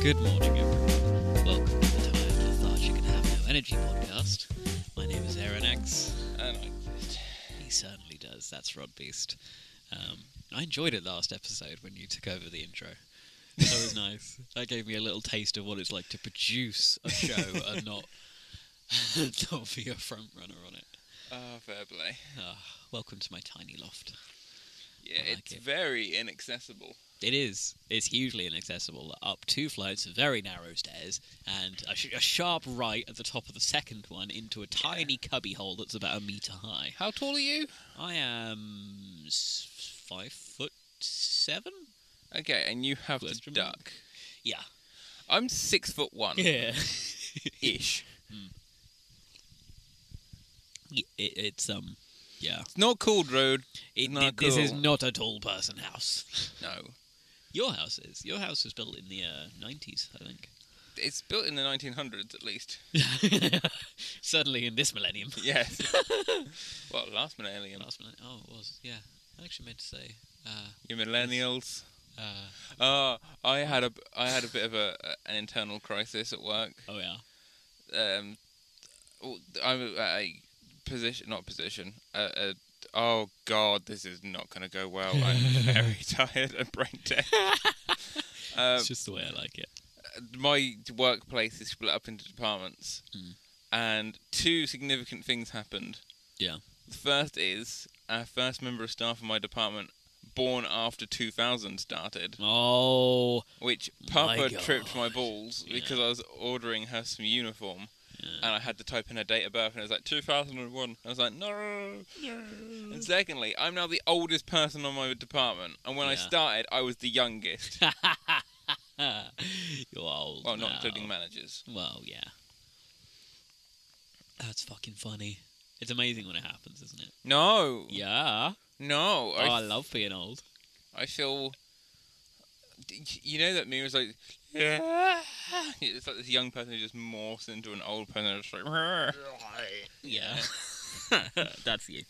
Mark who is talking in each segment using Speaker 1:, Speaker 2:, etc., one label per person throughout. Speaker 1: Good morning, everyone. Welcome to the Tired Lethargic and Have No Energy podcast. My name is Aaron X.
Speaker 2: And I exist.
Speaker 1: He certainly does. That's Rod Beast. Um, I enjoyed it last episode when you took over the intro. That was nice. That gave me a little taste of what it's like to produce a show and not not be a front runner on it.
Speaker 2: Ah, verbally.
Speaker 1: Ah, welcome to my tiny loft.
Speaker 2: Yeah,
Speaker 1: I like
Speaker 2: it's
Speaker 1: it.
Speaker 2: very inaccessible.
Speaker 1: It is. It's hugely inaccessible. Up two flights, of very narrow stairs, and a, sh- a sharp right at the top of the second one into a tiny cubby hole that's about a meter high.
Speaker 2: How tall are you?
Speaker 1: I am s- five foot seven.
Speaker 2: Okay, and you have to
Speaker 1: Question mark.
Speaker 2: duck.
Speaker 1: Yeah.
Speaker 2: I'm six foot one
Speaker 1: Yeah.
Speaker 2: ish.
Speaker 1: it, it's um. Yeah.
Speaker 2: It's not called road.
Speaker 1: It,
Speaker 2: Not
Speaker 1: it- This is
Speaker 2: cool.
Speaker 1: not a tall person house.
Speaker 2: No.
Speaker 1: Your house is. Your house was built in the uh, nineties, I think.
Speaker 2: It's built in the 1900s at least.
Speaker 1: Certainly in this millennium.
Speaker 2: Yes. well, last millennium.
Speaker 1: Last millennium. Oh, it was. Yeah. I actually meant to say. Uh,
Speaker 2: You millennials.
Speaker 1: uh,
Speaker 2: Uh, I had a I had a bit of a, an internal crisis at work.
Speaker 1: oh yeah.
Speaker 2: um, I'm at a position, not position. Uh, uh, oh God, this is not going to go well. I'm very tired and brain dead. um,
Speaker 1: it's just the way I like it.
Speaker 2: my workplace is split up into departments,
Speaker 1: Mm.
Speaker 2: and two significant things happened.
Speaker 1: Yeah.
Speaker 2: The first is our first member of staff in my department. Born after 2000 started,
Speaker 1: Oh.
Speaker 2: which
Speaker 1: My
Speaker 2: Papa tripped my
Speaker 1: God.
Speaker 2: balls
Speaker 1: Yeah.
Speaker 2: because I was ordering her some uniform,
Speaker 1: Yeah.
Speaker 2: and I had to type in her date of birth, and it was like 2001. I was like, no. And secondly, I'm now the oldest person on my department, and when I
Speaker 1: Yeah.
Speaker 2: started, I was the youngest.
Speaker 1: You're old.
Speaker 2: well, not
Speaker 1: now.
Speaker 2: including managers.
Speaker 1: Well, yeah. That's fucking funny. It's amazing when it happens, isn't it?
Speaker 2: No.
Speaker 1: Yeah.
Speaker 2: No.
Speaker 1: Oh,
Speaker 2: I,
Speaker 1: I love being old.
Speaker 2: I feel. You know that meme is like. Yeah. It's like this young person who just morphs into an old person. And it's like, "Rrr."
Speaker 1: Yeah. That's you.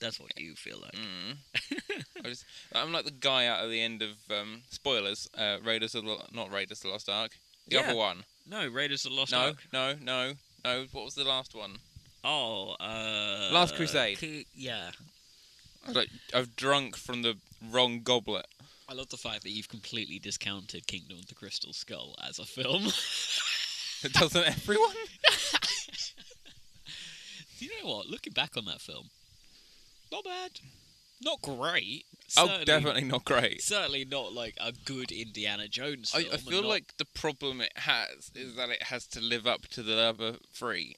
Speaker 1: That's what you feel like.
Speaker 2: Mm. I just, I'm like the guy out of the end of um, spoilers. Uh, Raiders of the not Raiders of the Lost Ark. The
Speaker 1: Yeah.
Speaker 2: other one.
Speaker 1: No, Raiders of the Lost
Speaker 2: No,
Speaker 1: Ark.
Speaker 2: no, no, no. What was the last one?
Speaker 1: Oh, uh.
Speaker 2: Last Crusade.
Speaker 1: K- yeah.
Speaker 2: I was like, I've drunk from the wrong goblet.
Speaker 1: I love the fact that you've completely discounted Kingdom of the Crystal Skull as a film.
Speaker 2: Doesn't everyone?
Speaker 1: Do you know what? Looking back on that film, not bad, not great.
Speaker 2: oh, definitely not great.
Speaker 1: Certainly not like a good Indiana Jones
Speaker 2: I,
Speaker 1: film.
Speaker 2: I
Speaker 1: and
Speaker 2: feel
Speaker 1: not-
Speaker 2: like the problem it has is that it has to live up to the other three,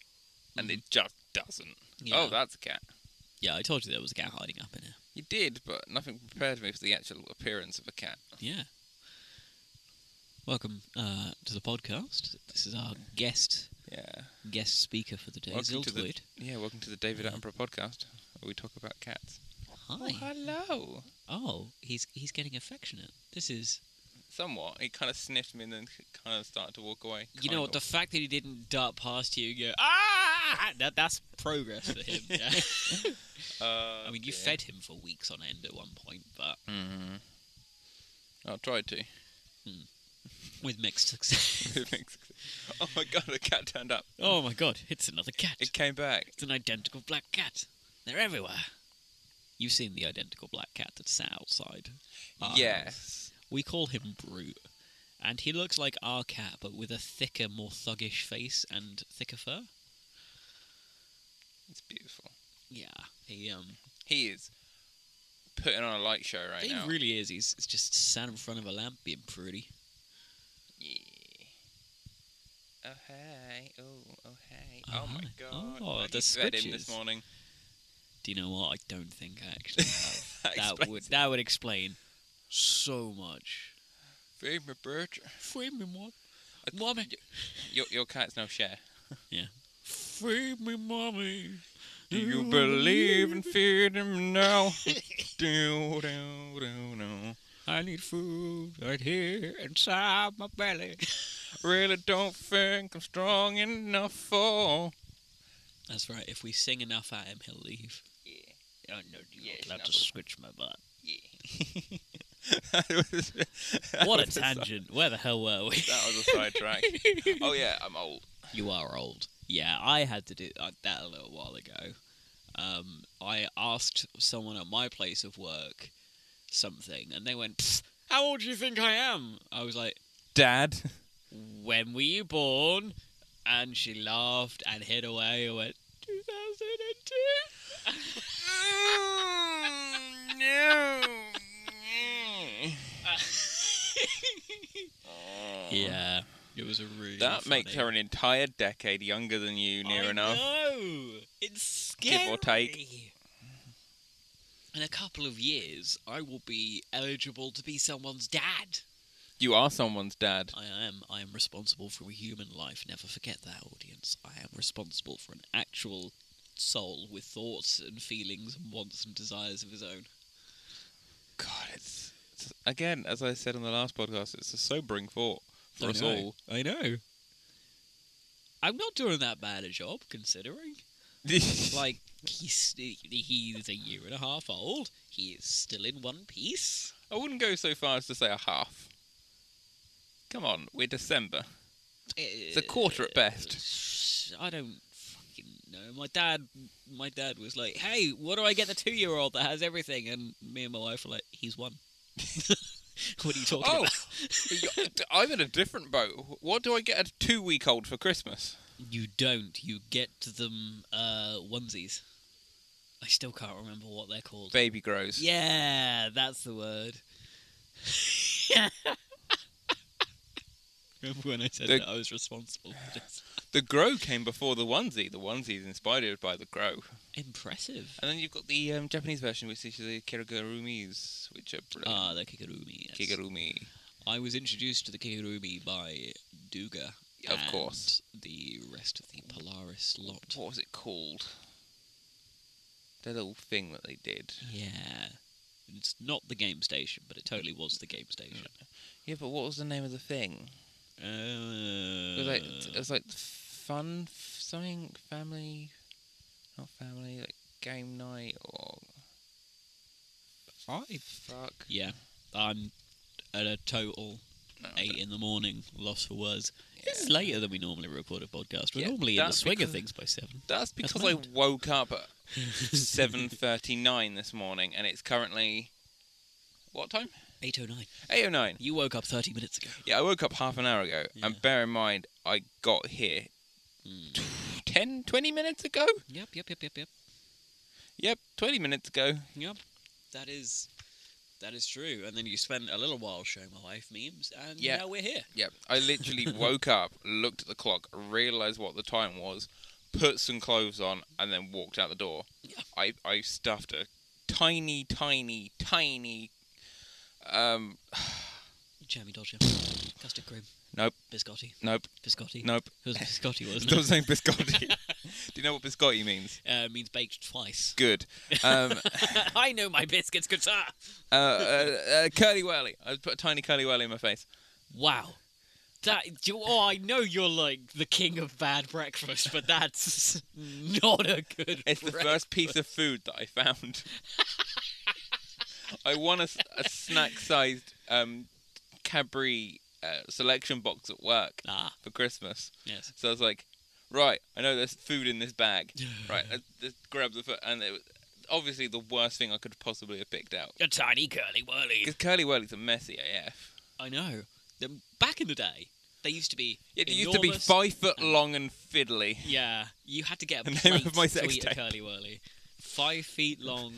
Speaker 2: and it just doesn't.
Speaker 1: Mm. yeah.
Speaker 2: Oh, that's a cat.
Speaker 1: yeah. I told you there was a cat hiding up in here.
Speaker 2: You did, but nothing prepared me for the actual appearance of a cat.
Speaker 1: Yeah. Welcome uh, to the podcast. This is our guest
Speaker 2: Yeah.
Speaker 1: guest speaker for the day,
Speaker 2: Welcome to the-
Speaker 1: Ziltwood.
Speaker 2: Yeah, welcome to the David Attenborough podcast, where we talk about cats. Oh,
Speaker 1: Hi.
Speaker 2: hello.
Speaker 1: Oh, he's he's getting affectionate. This is
Speaker 2: Somewhat. He kind of sniffed me and then kind of started to walk away.
Speaker 1: You know what?
Speaker 2: Kind
Speaker 1: The
Speaker 2: of.
Speaker 1: fact that he didn't dart past you and go, ah, that, that's progress for him. Yeah.
Speaker 2: Uh,
Speaker 1: I mean, you fed him for weeks on end at one point, but
Speaker 2: Mm. I tried to.
Speaker 1: with mixed success.
Speaker 2: oh my god, a cat turned up.
Speaker 1: oh my god, it's another cat.
Speaker 2: It came back.
Speaker 1: It's an identical black cat. They're everywhere. You've seen the identical black cat that's sat outside. our house.
Speaker 2: yes.
Speaker 1: We call him Brute. And he looks like our cat, but with a thicker, more thuggish face and thicker fur.
Speaker 2: It's beautiful.
Speaker 1: Yeah. He, um,
Speaker 2: He is putting on a light show right
Speaker 1: he
Speaker 2: now.
Speaker 1: really is. He's he's just sat in front of a lamp being pretty.
Speaker 2: yeah. Oh hey. Oh, oh hey.
Speaker 1: Oh,
Speaker 2: Oh, my
Speaker 1: hi.
Speaker 2: god.
Speaker 1: Oh,
Speaker 2: I
Speaker 1: the
Speaker 2: fed him this
Speaker 1: switches.
Speaker 2: morning.
Speaker 1: Do you know what? I don't think I actually have.
Speaker 2: That
Speaker 1: that
Speaker 2: explains
Speaker 1: would that would explain so much.
Speaker 2: it. Feed me, bird.
Speaker 1: Feed me, mom.
Speaker 2: I-
Speaker 1: Mommy.
Speaker 2: Your, your cat's now share.
Speaker 1: Feed me, mommy.
Speaker 2: Do you believe in freedom now? do, do, do, do.
Speaker 1: I need food right here inside my belly.
Speaker 2: Really don't think I'm strong enough for.
Speaker 1: That's right. If we sing enough at him, he'll leave.
Speaker 2: Yeah,
Speaker 1: Oh no, you're
Speaker 2: Yeah,
Speaker 1: allowed
Speaker 2: it's
Speaker 1: to
Speaker 2: not-
Speaker 1: switch my butt.
Speaker 2: yeah. that was, that
Speaker 1: What a
Speaker 2: was si-
Speaker 1: tangent. Where the hell were we?
Speaker 2: that was a sidetrack. oh yeah, I'm old.
Speaker 1: You are old. Yeah, I had to do uh, that a little while ago. Um, I asked someone at my place of work something, and they went, "Pfft, "How old do you think I am?" I was like,
Speaker 2: Dad.
Speaker 1: "When were you born?" And she laughed and hid away and went, "2002."
Speaker 2: Mm, no.
Speaker 1: yeah, it was a really
Speaker 2: That makes
Speaker 1: funny-
Speaker 2: her an entire decade younger than you, near
Speaker 1: I
Speaker 2: enough.
Speaker 1: know. It's scary.
Speaker 2: Give or take.
Speaker 1: In a couple of years, I will be eligible to be someone's dad.
Speaker 2: You are someone's dad.
Speaker 1: I am. I am responsible for a human life. Never forget that, audience. I am responsible for an actual soul with thoughts and feelings and wants and desires of his own.
Speaker 2: God, it's, it's again, as I said on the last podcast, it's a sobering thought for
Speaker 1: I
Speaker 2: us
Speaker 1: know.
Speaker 2: all.
Speaker 1: I know. I'm not doing that bad a job, considering. Like, he's, he's a year and a half old. He is still in one piece.
Speaker 2: I wouldn't go so far as to say a half. Come on, we're December.
Speaker 1: It's
Speaker 2: a quarter at
Speaker 1: best. Uh, I don't fucking know. My dad, my dad was like, "Hey, what do I get the two-year-old that has everything?" And me and my wife were like, "He's one." what are you talking
Speaker 2: Oh,
Speaker 1: about?
Speaker 2: y- I'm in a different boat. What do I get a two-week-old for Christmas?
Speaker 1: You don't. You get them uh, onesies. I still can't remember what they're called.
Speaker 2: Baby grows.
Speaker 1: Yeah, that's the word. Remember when I said
Speaker 2: The-
Speaker 1: that I was responsible for this?
Speaker 2: The grow came before the onesie. The onesie is inspired by the grow.
Speaker 1: Impressive.
Speaker 2: And then you've got the um, Japanese version, which is the kirigurumis, which are brilliant.
Speaker 1: Ah, the kigurumi. yes.
Speaker 2: Kigurumi.
Speaker 1: I was introduced to the Kigurumi by Duga.
Speaker 2: Of
Speaker 1: and
Speaker 2: course.
Speaker 1: The rest of the Polaris lot.
Speaker 2: What was it called? The little thing that they did.
Speaker 1: Yeah. It's not the game station, but it totally was the game station.
Speaker 2: Yeah, but what was the name of the thing? It was like it
Speaker 1: Uh,
Speaker 2: was like fun f- something family, not family like game night or
Speaker 1: five.
Speaker 2: fuck.
Speaker 1: Yeah. I'm at a total
Speaker 2: No,
Speaker 1: eight in the morning, lost for words. This is
Speaker 2: yeah.
Speaker 1: later than we normally record a podcast. We're
Speaker 2: Yeah,
Speaker 1: normally in the
Speaker 2: that's
Speaker 1: swing of
Speaker 2: because-
Speaker 1: things by seven.
Speaker 2: That's because I
Speaker 1: mad.
Speaker 2: woke up at seven thirty nine this morning, and it's currently what time?
Speaker 1: 8.09.
Speaker 2: Eight oh nine.
Speaker 1: You woke up 30 minutes ago.
Speaker 2: Yeah, I woke up half an hour ago,
Speaker 1: Yeah.
Speaker 2: and bear in mind I got here
Speaker 1: Mm.
Speaker 2: Hmm. 10, 20 minutes ago.
Speaker 1: Yep, yep, yep, yep, yep.
Speaker 2: Yep, twenty minutes ago.
Speaker 1: Yep, that is that is true. And then you spent a little while showing my wife memes, and
Speaker 2: Yeah.
Speaker 1: now we're here.
Speaker 2: Yep. I literally woke up, looked at the clock, realized what the time was, put some clothes on, and then walked out the door.
Speaker 1: Yeah.
Speaker 2: I, I stuffed a tiny, tiny, tiny. Um,
Speaker 1: Jamie Dodger, custard cream.
Speaker 2: Nope.
Speaker 1: Biscotti.
Speaker 2: nope,
Speaker 1: Biscotti.
Speaker 2: nope.
Speaker 1: It was biscotti, wasn't
Speaker 2: Still
Speaker 1: it?
Speaker 2: saying biscotti. Do you know what biscotti means?
Speaker 1: Uh, means baked twice.
Speaker 2: Good. Um,
Speaker 1: I know my biscuits, good sir.
Speaker 2: uh, uh, uh, curly whirly. I put a tiny curly whirly in my face.
Speaker 1: Wow. That you, oh, I know you're like the king of bad breakfast, but that's not a good.
Speaker 2: It's the first piece of food that I found. I won a, s- a snack-sized um, Cadbury uh, selection box at work
Speaker 1: Ah,
Speaker 2: for Christmas.
Speaker 1: yes.
Speaker 2: So I was like, right, I know there's food in this bag. Right, uh, let's, let's grab the food. And it was obviously the worst thing I could possibly have picked out.
Speaker 1: A tiny curly whirly.
Speaker 2: Because Curly Whirly's a messy AF.
Speaker 1: I know. The- Back in the day, they used to be.
Speaker 2: It used to be
Speaker 1: enormous-
Speaker 2: five foot long and fiddly.
Speaker 1: Yeah, you had to get a
Speaker 2: The name
Speaker 1: plate
Speaker 2: of my
Speaker 1: to
Speaker 2: sex
Speaker 1: eat a
Speaker 2: tape.
Speaker 1: curly whirly. Five feet long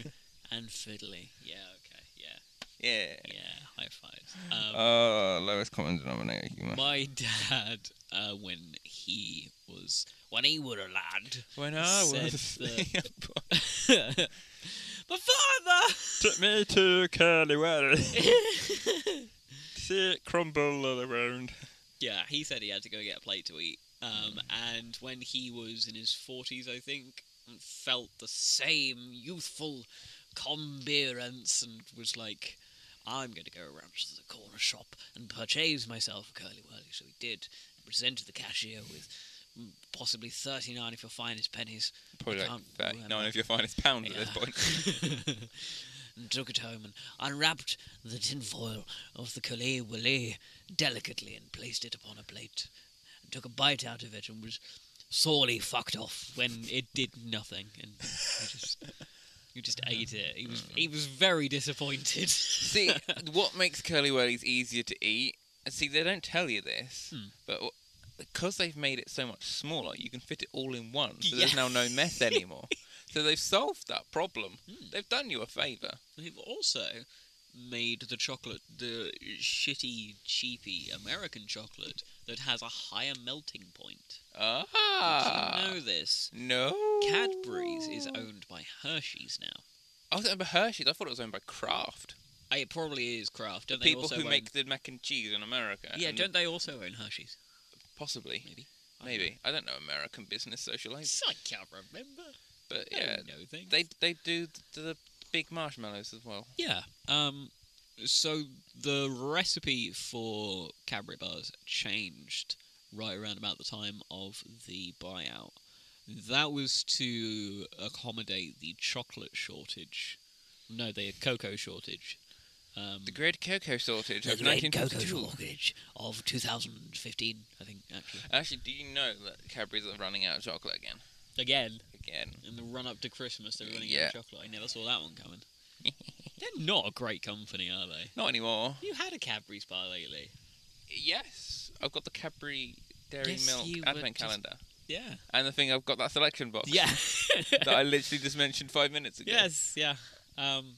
Speaker 1: and fiddly. Yeah, okay, yeah,
Speaker 2: Yeah.
Speaker 1: yeah. High fives. Um,
Speaker 2: Oh, lowest common denominator human.
Speaker 1: my dad, uh, when he was when he were a lad,
Speaker 2: When I
Speaker 1: said
Speaker 2: was
Speaker 1: the- my father.
Speaker 2: Took me to Curly Whirly. see it crumble all around.
Speaker 1: yeah, he said he had to go get a plate to eat. Um, and when he was in his forties, I think, and felt the same youthful combearance and was like, "I'm going to go around to the corner shop and purchase myself a curly whirly." So he did. Presented the cashier with mm, possibly thirty nine of your finest pennies.
Speaker 2: Probably
Speaker 1: I
Speaker 2: like
Speaker 1: can't
Speaker 2: that.
Speaker 1: remember.
Speaker 2: None of your finest pounds at this
Speaker 1: Yeah.
Speaker 2: point.
Speaker 1: and took it home and unwrapped the tin foil of the Calais Willy delicately and placed it upon a plate and took a bite out of it and was sorely fucked off when it did nothing and he just you just ate it. He was he was very disappointed.
Speaker 2: See, what makes curly whirlies easier to eat? and See, they don't tell you this,
Speaker 1: Hmm.
Speaker 2: but w- because they've made it so much smaller, you can fit it all in one. So
Speaker 1: Yeah.
Speaker 2: there's now no mess anymore. so they've solved that problem.
Speaker 1: Hmm.
Speaker 2: They've done you a favour.
Speaker 1: They've also made the chocolate the shitty, cheapy American chocolate that has a higher melting point.
Speaker 2: Ah,
Speaker 1: Did you know this?
Speaker 2: no.
Speaker 1: Cadbury's is owned by Hershey's now.
Speaker 2: I was owned by Hershey's. I thought it was owned by Kraft.
Speaker 1: Uh, It probably is Kraft. Don't they
Speaker 2: People
Speaker 1: also
Speaker 2: who
Speaker 1: own...
Speaker 2: make the mac and cheese in America.
Speaker 1: Yeah,
Speaker 2: and
Speaker 1: don't they also own Hershey's?
Speaker 2: possibly,
Speaker 1: Maybe. I don't
Speaker 2: maybe. I don't know American business
Speaker 1: know.
Speaker 2: socialite,
Speaker 1: I can't remember.
Speaker 2: but
Speaker 1: I
Speaker 2: yeah,
Speaker 1: don't know things.
Speaker 2: they they do the, the big marshmallows as well.
Speaker 1: Yeah. Um, so the recipe for Cadbury bars changed right around about the time of the buyout. That was to accommodate the chocolate shortage. No, the cocoa shortage. Um,
Speaker 2: The Great Cocoa Shortage
Speaker 1: the
Speaker 2: of
Speaker 1: great
Speaker 2: 1952.
Speaker 1: shortage of 2015, I think, actually.
Speaker 2: Actually, do you know that Cadbury's are running out of chocolate again?
Speaker 1: Again,
Speaker 2: Again.
Speaker 1: in the run up to Christmas, they're running
Speaker 2: Yeah.
Speaker 1: out of chocolate. I never saw that one coming. they're not a great company, are they?
Speaker 2: Not anymore.
Speaker 1: You had a Cadbury's bar lately.
Speaker 2: Yes, I've got the Cadbury Dairy
Speaker 1: Yes,
Speaker 2: Milk
Speaker 1: you were
Speaker 2: Advent
Speaker 1: just-
Speaker 2: calendar,
Speaker 1: Yeah.
Speaker 2: and the thing I've got that selection box.
Speaker 1: Yeah.
Speaker 2: that I literally just mentioned five minutes ago.
Speaker 1: yes. Yeah. Um,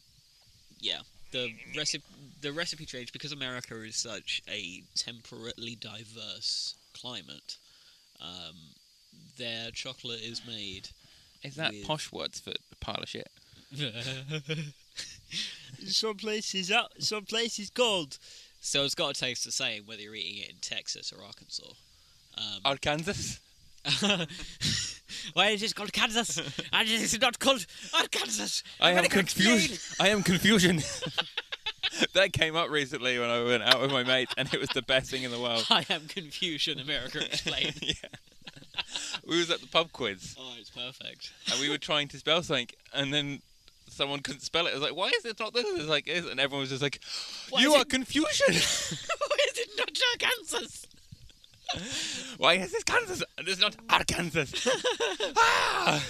Speaker 1: yeah. The recipe, the recipe change, because America is such a temperately diverse climate. Um, their chocolate is made.
Speaker 2: Is that
Speaker 1: With-
Speaker 2: posh words for a pile of shit?
Speaker 1: some places out, some places cold. So it's got to taste the same whether you're eating it in Texas or Arkansas. Um,
Speaker 2: Arkansas. Oh.
Speaker 1: why is it called Kansas? And it is not called Arkansas.
Speaker 2: I am
Speaker 1: America, explain.
Speaker 2: confusion. I am confusion. that came up recently when I went out with my mates, and it was the best thing in the world.
Speaker 1: I am confusion, America explain.
Speaker 2: yeah. We was at the pub quiz.
Speaker 1: oh, it's perfect.
Speaker 2: and we were trying to spell something, and then someone couldn't spell it. I was like, "Why is it not this?" It's like, "Is," and everyone was just like,
Speaker 1: Why
Speaker 2: "You
Speaker 1: is
Speaker 2: are
Speaker 1: it-
Speaker 2: confusion.
Speaker 1: Why is it not Arkansas?
Speaker 2: Why is this Kansas? And it's not Arkansas." ah!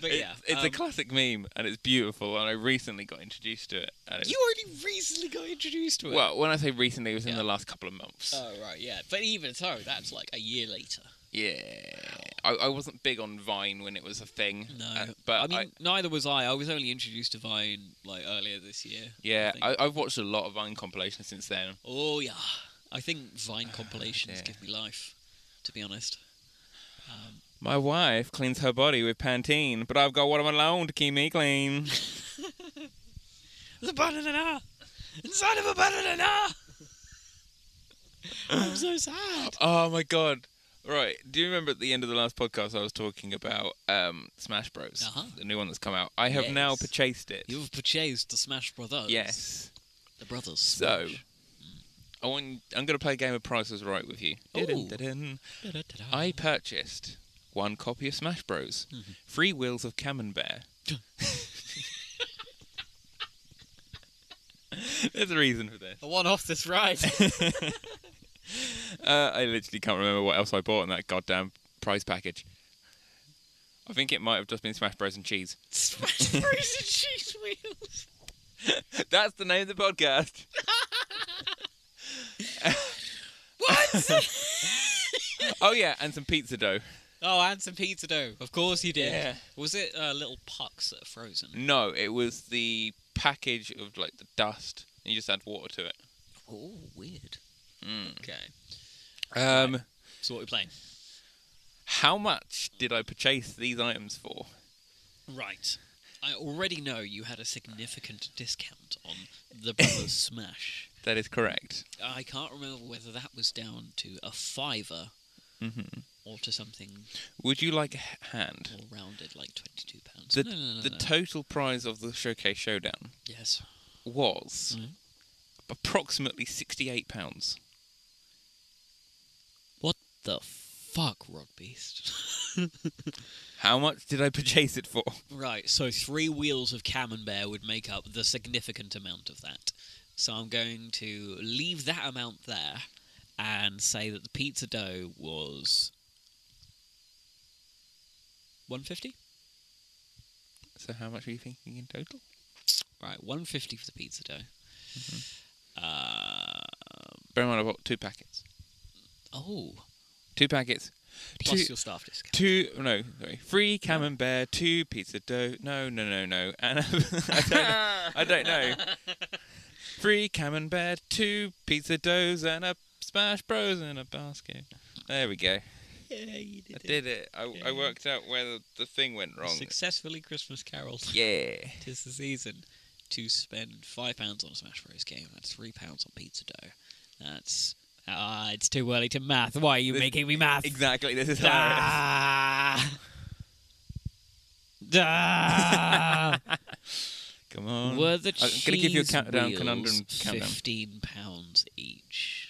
Speaker 1: But
Speaker 2: It-
Speaker 1: yeah,
Speaker 2: it's a
Speaker 1: um,
Speaker 2: classic meme, and it's beautiful. And I recently got introduced to it. And it's,
Speaker 1: you only recently got introduced to it.
Speaker 2: well, when I say recently, it was in
Speaker 1: Yeah.
Speaker 2: the last couple of months.
Speaker 1: oh right, yeah. But even so, that's like a year later.
Speaker 2: yeah, I, I wasn't big on Vine when it was a thing.
Speaker 1: No,
Speaker 2: uh, but
Speaker 1: I mean neither was I. I was only introduced to Vine like earlier this year.
Speaker 2: yeah,
Speaker 1: think-
Speaker 2: I, I've watched a lot of Vine compilations since then.
Speaker 1: Oh yeah, I think Vine compilations
Speaker 2: dear.
Speaker 1: give me life. To be honest, um,
Speaker 2: My wife cleans her body with Pantene, but I've got one of my own to keep me clean.
Speaker 1: the banana inside of a banana. I'm so sad.
Speaker 2: Oh my god. Right. Do you remember at the end of the last podcast I was talking about um, Smash Bros?
Speaker 1: Uh-huh.
Speaker 2: The new one that's come out. I have now
Speaker 1: Yes.
Speaker 2: purchased it.
Speaker 1: You've purchased the Smash Brothers.
Speaker 2: Yes.
Speaker 1: the brothers.
Speaker 2: So-
Speaker 1: Smash.
Speaker 2: I want, I'm going to play a game of Price is Right with you.
Speaker 1: Ooh. Uh-huh.
Speaker 2: Dun, dun, dun.
Speaker 1: Da-da-da-da.
Speaker 2: I purchased one copy of Smash Bros.
Speaker 1: Mm-hmm.
Speaker 2: Three Wheels of Camembert. There's a reason for this.
Speaker 1: a one off this ride.
Speaker 2: Uh, I literally can't remember what else I bought in that goddamn prize package. I think it might have just been Smash Bros and cheese.
Speaker 1: Smash Bros and cheese wheels.
Speaker 2: That's the name of the podcast.
Speaker 1: What?
Speaker 2: Oh yeah, and some pizza dough.
Speaker 1: oh, and some pizza dough. Of course you did.
Speaker 2: Yeah.
Speaker 1: Was it uh, little pucks that are frozen?
Speaker 2: No, it was the package of like the dust. And you just add water to it.
Speaker 1: Oh, weird.
Speaker 2: Mm.
Speaker 1: Okay.
Speaker 2: Um,
Speaker 1: Hmm. So what are we playing?
Speaker 2: how much did I purchase these items for?
Speaker 1: Right. I already know you had a significant discount on the Brothers Smash.
Speaker 2: That is correct.
Speaker 1: I can't remember whether that was down to a fiver
Speaker 2: hmm
Speaker 1: or to something
Speaker 2: Would you like a h- hand?
Speaker 1: more rounded, like twenty-two pounds.
Speaker 2: The-
Speaker 1: no, no, no,
Speaker 2: The
Speaker 1: no.
Speaker 2: total prize of the showcase showdown
Speaker 1: yes.
Speaker 2: was
Speaker 1: Mhm.
Speaker 2: approximately sixty-eight pounds.
Speaker 1: What the fuck, Rod Beast?
Speaker 2: How much did I purchase it for?
Speaker 1: Right, so three wheels of camembert would make up the significant amount of that. So I'm going to leave that amount there and say that the pizza dough was 150?
Speaker 2: So how much were you thinking in total?
Speaker 1: Right, 150 for the pizza dough.
Speaker 2: Mm-hmm.
Speaker 1: Uh,
Speaker 2: Bear in mind, I bought two packets.
Speaker 1: oh,
Speaker 2: Two packets.
Speaker 1: plus
Speaker 2: Two-
Speaker 1: your staff discount.
Speaker 2: Two no, sorry, three camembert, two pizza dough. No, no, no, no. And um, I don't know. I don't know. Three camembert, two pizza doughs, and a Smash Bros in a basket. There we go.
Speaker 1: Yeah, you did,
Speaker 2: I did it. I, I worked out where the, the thing went wrong.
Speaker 1: Successfully Christmas Carol.
Speaker 2: Yeah.
Speaker 1: Tis the season to spend five pounds on a Smash Bros. game. That's three pounds on pizza dough. That's ah, it's too early to math. Why are you
Speaker 2: This-
Speaker 1: making me math?
Speaker 2: Exactly. This is hilarious.
Speaker 1: Ah! Ah!
Speaker 2: Come on.
Speaker 1: Were the
Speaker 2: I'm
Speaker 1: cheese
Speaker 2: gonna give you a countdown
Speaker 1: wheels
Speaker 2: conundrum countdown.
Speaker 1: fifteen pounds each?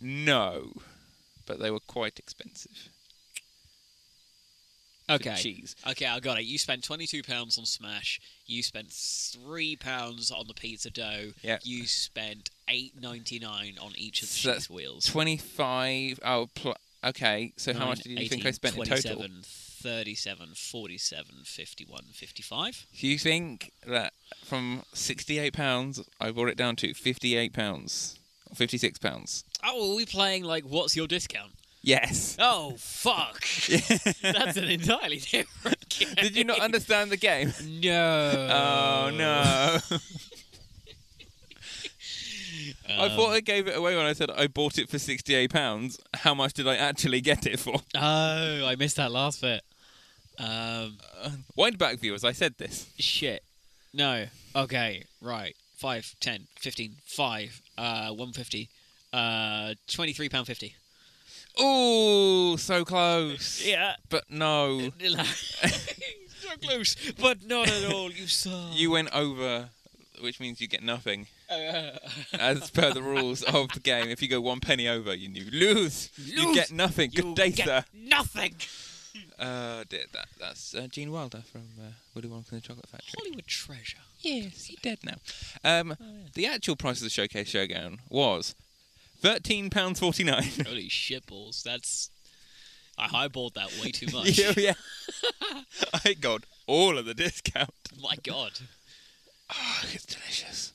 Speaker 2: No, but they were quite expensive. for
Speaker 1: Okay.
Speaker 2: Cheese.
Speaker 1: Okay, I got it. You spent twenty-two pounds on Smash. You spent three pounds on the pizza dough.
Speaker 2: Yeah.
Speaker 1: You spent eight ninety-nine on each of the
Speaker 2: So that's
Speaker 1: cheese wheels.
Speaker 2: Twenty-five. Oh, pl- okay. So how much did you think I spent in total?
Speaker 1: 27, 37, 47, 51, 55.
Speaker 2: Do you think that from sixty-eight pounds, I brought it down to fifty-eight pounds, or fifty-six pounds?
Speaker 1: Oh, are we playing like what's your discount?
Speaker 2: Yes.
Speaker 1: Oh fuck! That's an entirely different game.
Speaker 2: Did you not understand the game?
Speaker 1: No.
Speaker 2: Oh no! I
Speaker 1: Um,
Speaker 2: thought I gave it away when I said I bought it for sixty-eight pounds. How much did I actually get it for?
Speaker 1: Oh, I missed that last bit. Um,
Speaker 2: Wind back viewers, I said this.
Speaker 1: shit. No. Okay. Right. Five, ten, fifteen, five. Uh, one fifty. Uh, twenty-three pound fifty.
Speaker 2: Ooh, so close.
Speaker 1: Yeah.
Speaker 2: But no,
Speaker 1: so close, but not at all. You suck.
Speaker 2: you went over, which means you get nothing.
Speaker 1: Uh,
Speaker 2: As per the rules of the game, if you go one penny over, you you lose. You
Speaker 1: Lose.
Speaker 2: get nothing. Good
Speaker 1: You
Speaker 2: day,
Speaker 1: get
Speaker 2: sir.
Speaker 1: Nothing.
Speaker 2: Uh, did that, that's uh, Gene Wilder from uh, Willy Wonka and the Chocolate Factory.
Speaker 1: Hollywood treasure.
Speaker 2: Yes, he's dead now. Um,
Speaker 1: Oh,
Speaker 2: The actual price of the Showcase Showdown was £13.49.
Speaker 1: Holy shitballs. That's. I highballed that way too much.
Speaker 2: yeah, yeah. I got all of the discount.
Speaker 1: My god. Ah,
Speaker 2: Oh, it's delicious.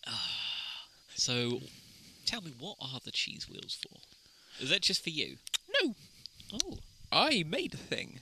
Speaker 1: So, tell me, what are the cheese wheels for? Is that just for you?
Speaker 2: No,
Speaker 1: Oh.
Speaker 2: I made the thing.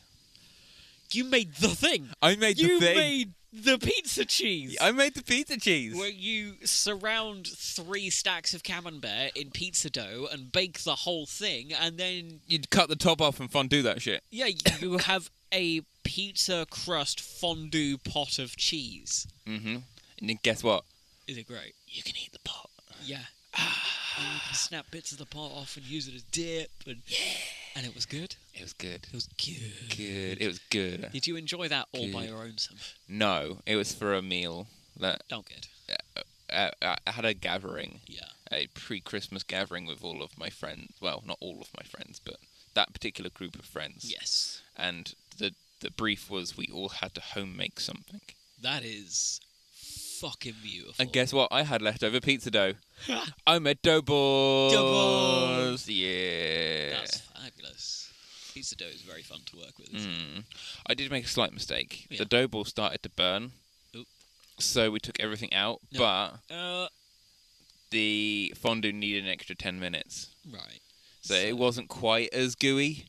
Speaker 1: You made the thing.
Speaker 2: I made
Speaker 1: You
Speaker 2: the thing.
Speaker 1: made the pizza cheese.
Speaker 2: I made the pizza cheese.
Speaker 1: where you surround three stacks of camembert in pizza dough and bake the whole thing, and then
Speaker 2: You'd cut the top off and fondue that shit.
Speaker 1: yeah, you have a pizza crust fondue pot of cheese.
Speaker 2: Mm-hmm. And then guess what?
Speaker 1: Is it great? Ah.
Speaker 2: You can eat the pot.
Speaker 1: Yeah. and you can snap bits of the pot off and use it as dip, and and it was good.
Speaker 2: It was good.
Speaker 1: It was good.
Speaker 2: Good. It was good.
Speaker 1: Did you enjoy that all by
Speaker 2: Good.
Speaker 1: your own self?
Speaker 2: No, it was for a meal that
Speaker 1: Don't good.
Speaker 2: uh, I had a gathering,
Speaker 1: Yeah.
Speaker 2: a pre-Christmas gathering with all of my friends. Well, not all of my friends, but that particular group of friends.
Speaker 1: Yes.
Speaker 2: And the the brief was we all had to home make something.
Speaker 1: That is fucking beautiful.
Speaker 2: And guess what? I had leftover pizza dough. I made dough balls.
Speaker 1: balls.
Speaker 2: Yeah.
Speaker 1: That's fabulous. Pizza dough is very fun to work with. isn't it?
Speaker 2: Mm. I did make a slight mistake.
Speaker 1: Yeah.
Speaker 2: The dough ball started to burn,
Speaker 1: Oop.
Speaker 2: so we took everything out.
Speaker 1: No.
Speaker 2: But
Speaker 1: Uh,
Speaker 2: the fondue needed an extra ten minutes,
Speaker 1: right.
Speaker 2: so, it wasn't quite as gooey,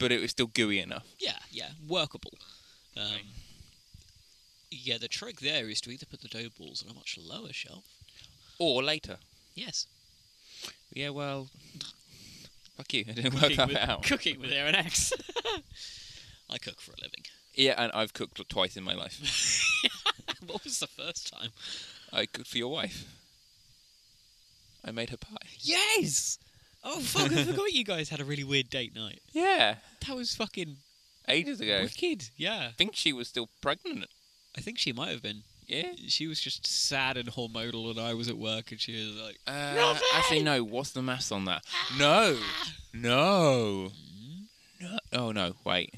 Speaker 2: but it was still gooey enough.
Speaker 1: Yeah, yeah, workable. Um,
Speaker 2: Right.
Speaker 1: Yeah, the trick there is to either put the dough balls on a much lower shelf.
Speaker 2: Or later.
Speaker 1: Yes.
Speaker 2: Yeah. Well. Fuck you. I didn't work
Speaker 1: Cooking
Speaker 2: that
Speaker 1: with,
Speaker 2: bit out.
Speaker 1: cooking with Aaron X. I cook for a living.
Speaker 2: Yeah, and I've cooked twice in my life.
Speaker 1: what was the first time?
Speaker 2: I cooked for your wife. I made her pie.
Speaker 1: Yes! Oh, fuck, I forgot you guys had a really weird date night.
Speaker 2: Yeah.
Speaker 1: That was fucking
Speaker 2: Ages ago. I
Speaker 1: wicked. Yeah.
Speaker 2: think she was still pregnant.
Speaker 1: I think she might have been.
Speaker 2: Yeah.
Speaker 1: She was just sad and hormonal, and I was at work, and she was like,
Speaker 2: Uh,
Speaker 1: Nothing!
Speaker 2: actually, no. What's the maths on that? No, no, no. Oh no! Wait.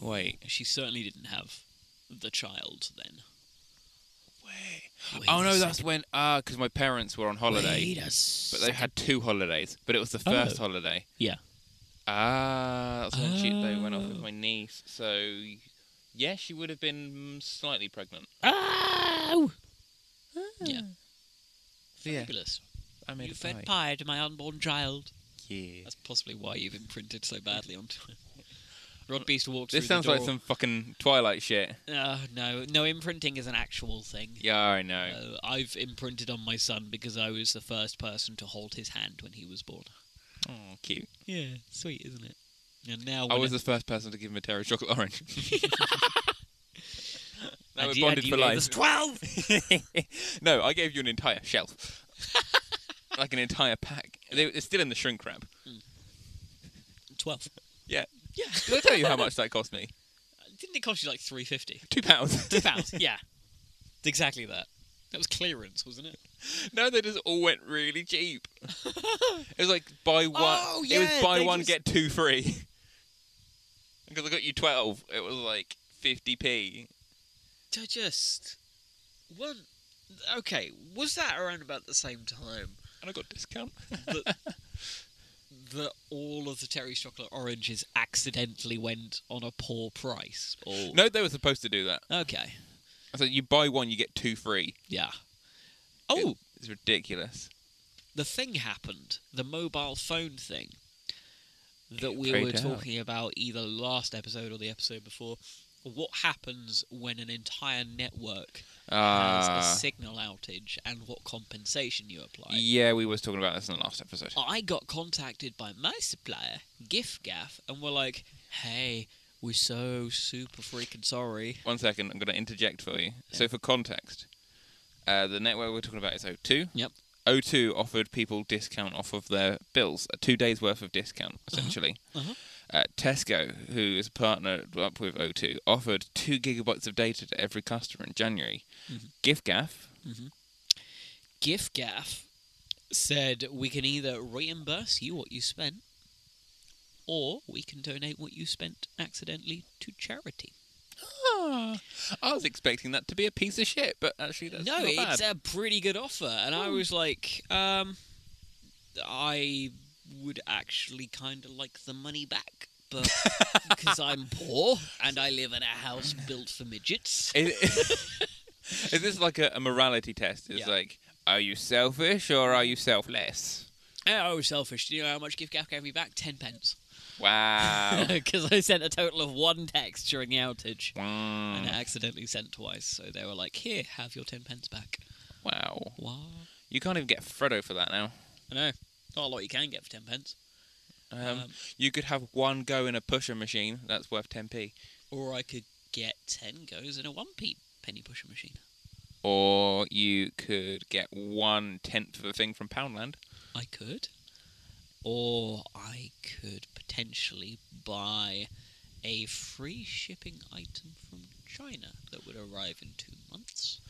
Speaker 2: Wait.
Speaker 1: She certainly didn't have the child then.
Speaker 2: Wait.
Speaker 1: Wait
Speaker 2: Oh
Speaker 1: a
Speaker 2: no,
Speaker 1: sec-
Speaker 2: that's when ah, because my parents were on holiday,
Speaker 1: Wait a
Speaker 2: but they
Speaker 1: sec-
Speaker 2: had two holidays, but it was the first holiday.
Speaker 1: Yeah.
Speaker 2: Ah, that's when she, they went off with
Speaker 1: Oh.
Speaker 2: my niece. So, yeah, she would have been slightly pregnant.
Speaker 1: Ow! Yeah.
Speaker 2: Yeah,
Speaker 1: Fabulous.
Speaker 2: I made
Speaker 1: you
Speaker 2: a
Speaker 1: fed
Speaker 2: pie.
Speaker 1: pie to my unborn child.
Speaker 2: Yeah.
Speaker 1: That's possibly why you've imprinted so badly onto him. Rod Beast walks
Speaker 2: This
Speaker 1: through
Speaker 2: sounds
Speaker 1: the door.
Speaker 2: like some fucking Twilight shit.
Speaker 1: Uh, no, no, imprinting is an actual thing.
Speaker 2: Yeah, I know.
Speaker 1: Uh, I've imprinted on my son because I was the first person to hold his hand when he was born.
Speaker 2: Oh, cute.
Speaker 1: Yeah, sweet, isn't it? And now
Speaker 2: I
Speaker 1: when
Speaker 2: was
Speaker 1: it-
Speaker 2: the first person to give him a Terry chocolate orange. now
Speaker 1: and
Speaker 2: we're
Speaker 1: you- and
Speaker 2: bonded
Speaker 1: you
Speaker 2: for
Speaker 1: gave
Speaker 2: life.
Speaker 1: us Twelve.
Speaker 2: no, I gave you an entire shelf, like an entire pack. They, it's still in the shrink wrap.
Speaker 1: Twelve.
Speaker 2: Yeah.
Speaker 1: Yeah.
Speaker 2: Did I tell you how much that cost me?
Speaker 1: Didn't it cost you like three fifty?
Speaker 2: Two pounds.
Speaker 1: Two pounds. yeah. Exactly that. That was clearance, wasn't it?
Speaker 2: no, they just all went really cheap. it was like buy one.
Speaker 1: Oh,
Speaker 2: it was
Speaker 1: yeah,
Speaker 2: buy
Speaker 1: they
Speaker 2: one
Speaker 1: just-
Speaker 2: get two free. Because I got you twelve, it was like fifty p.
Speaker 1: I just one. Okay, was that around about the same time
Speaker 2: And I got discount.
Speaker 1: that that all of the Terry's chocolate oranges accidentally went on a poor price? Or
Speaker 2: No, they were supposed to do that.
Speaker 1: Okay.
Speaker 2: I said you buy one, you get two free.
Speaker 1: Yeah. Oh,
Speaker 2: It- it's ridiculous.
Speaker 1: the thing happened. The mobile phone thing that we
Speaker 2: Pray
Speaker 1: were
Speaker 2: tell.
Speaker 1: talking about either last episode or the episode before. What happens when an entire network has a
Speaker 2: Ah,
Speaker 1: signal outage and what compensation you apply?
Speaker 2: yeah, we was talking about this in the last episode.
Speaker 1: I got contacted by my supplier, GIFGAF, and were like, hey, we're so super freaking sorry.
Speaker 2: One second, I'm going to interject for you. So, for context, uh, the network we're talking about is O2.
Speaker 1: Yep.
Speaker 2: O2 offered people discount off of their bills, a two days worth of discount, essentially.
Speaker 1: Uh-huh.
Speaker 2: Uh, Tesco, who is partnered up with O2, offered two gigabytes of data to every customer in January. GIFGAF,
Speaker 1: GIFGAF said, we can either reimburse you what you spent or we can donate what you spent accidentally to charity.
Speaker 2: Ah, I was expecting that to be a piece of shit, but actually, that's
Speaker 1: no,
Speaker 2: not
Speaker 1: it's
Speaker 2: bad. Hmm.
Speaker 1: a pretty good offer. And I was like, um, I would actually kind of like the money back. But because I'm poor and I live in a house built for midgets,
Speaker 2: is, is this like a, a morality test? It's
Speaker 1: Yeah.
Speaker 2: like, are you selfish or are you selfless?
Speaker 1: Oh, selfish. Do you know how much GiftGaff gave me back? Ten pence.
Speaker 2: Wow.
Speaker 1: Because I sent a total of one text during the outage. And I
Speaker 2: wow.
Speaker 1: accidentally sent twice. So they were like, here, have your ten pence back.
Speaker 2: Wow.
Speaker 1: Wow.
Speaker 2: You can't even get Freddo for that now.
Speaker 1: I know. Not a lot you can get for ten pence.
Speaker 2: Um,
Speaker 1: Um,
Speaker 2: you could have one go in a pusher machine. That's worth 10p.
Speaker 1: Or I could get ten goes in a one p penny pusher machine.
Speaker 2: Or you could get one tenth of a thing from Poundland.
Speaker 1: I could. Or I could potentially buy a free shipping item from China that would arrive in two months.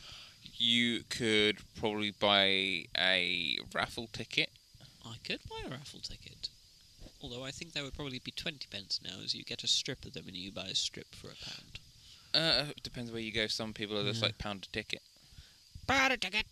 Speaker 2: You could probably buy a raffle ticket.
Speaker 1: I could buy a raffle ticket. Although I think they would probably be 20 pence now, as you get a strip of them and you buy a strip for a pound.
Speaker 2: Uh, it depends where you go. Some people are just
Speaker 1: Yeah.
Speaker 2: like pound a ticket.
Speaker 1: Buy a ticket!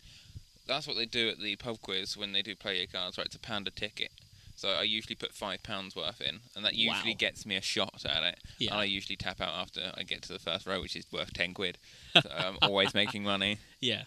Speaker 2: That's what they do at the pub quiz when they do play your cards, right? It's a pound a ticket. So I usually put five pounds worth in, and that usually
Speaker 1: Wow.
Speaker 2: gets me a shot at it.
Speaker 1: Yeah.
Speaker 2: And I usually tap out after I get to the first row, which is worth ten quid. So I'm always making money.
Speaker 1: Yeah.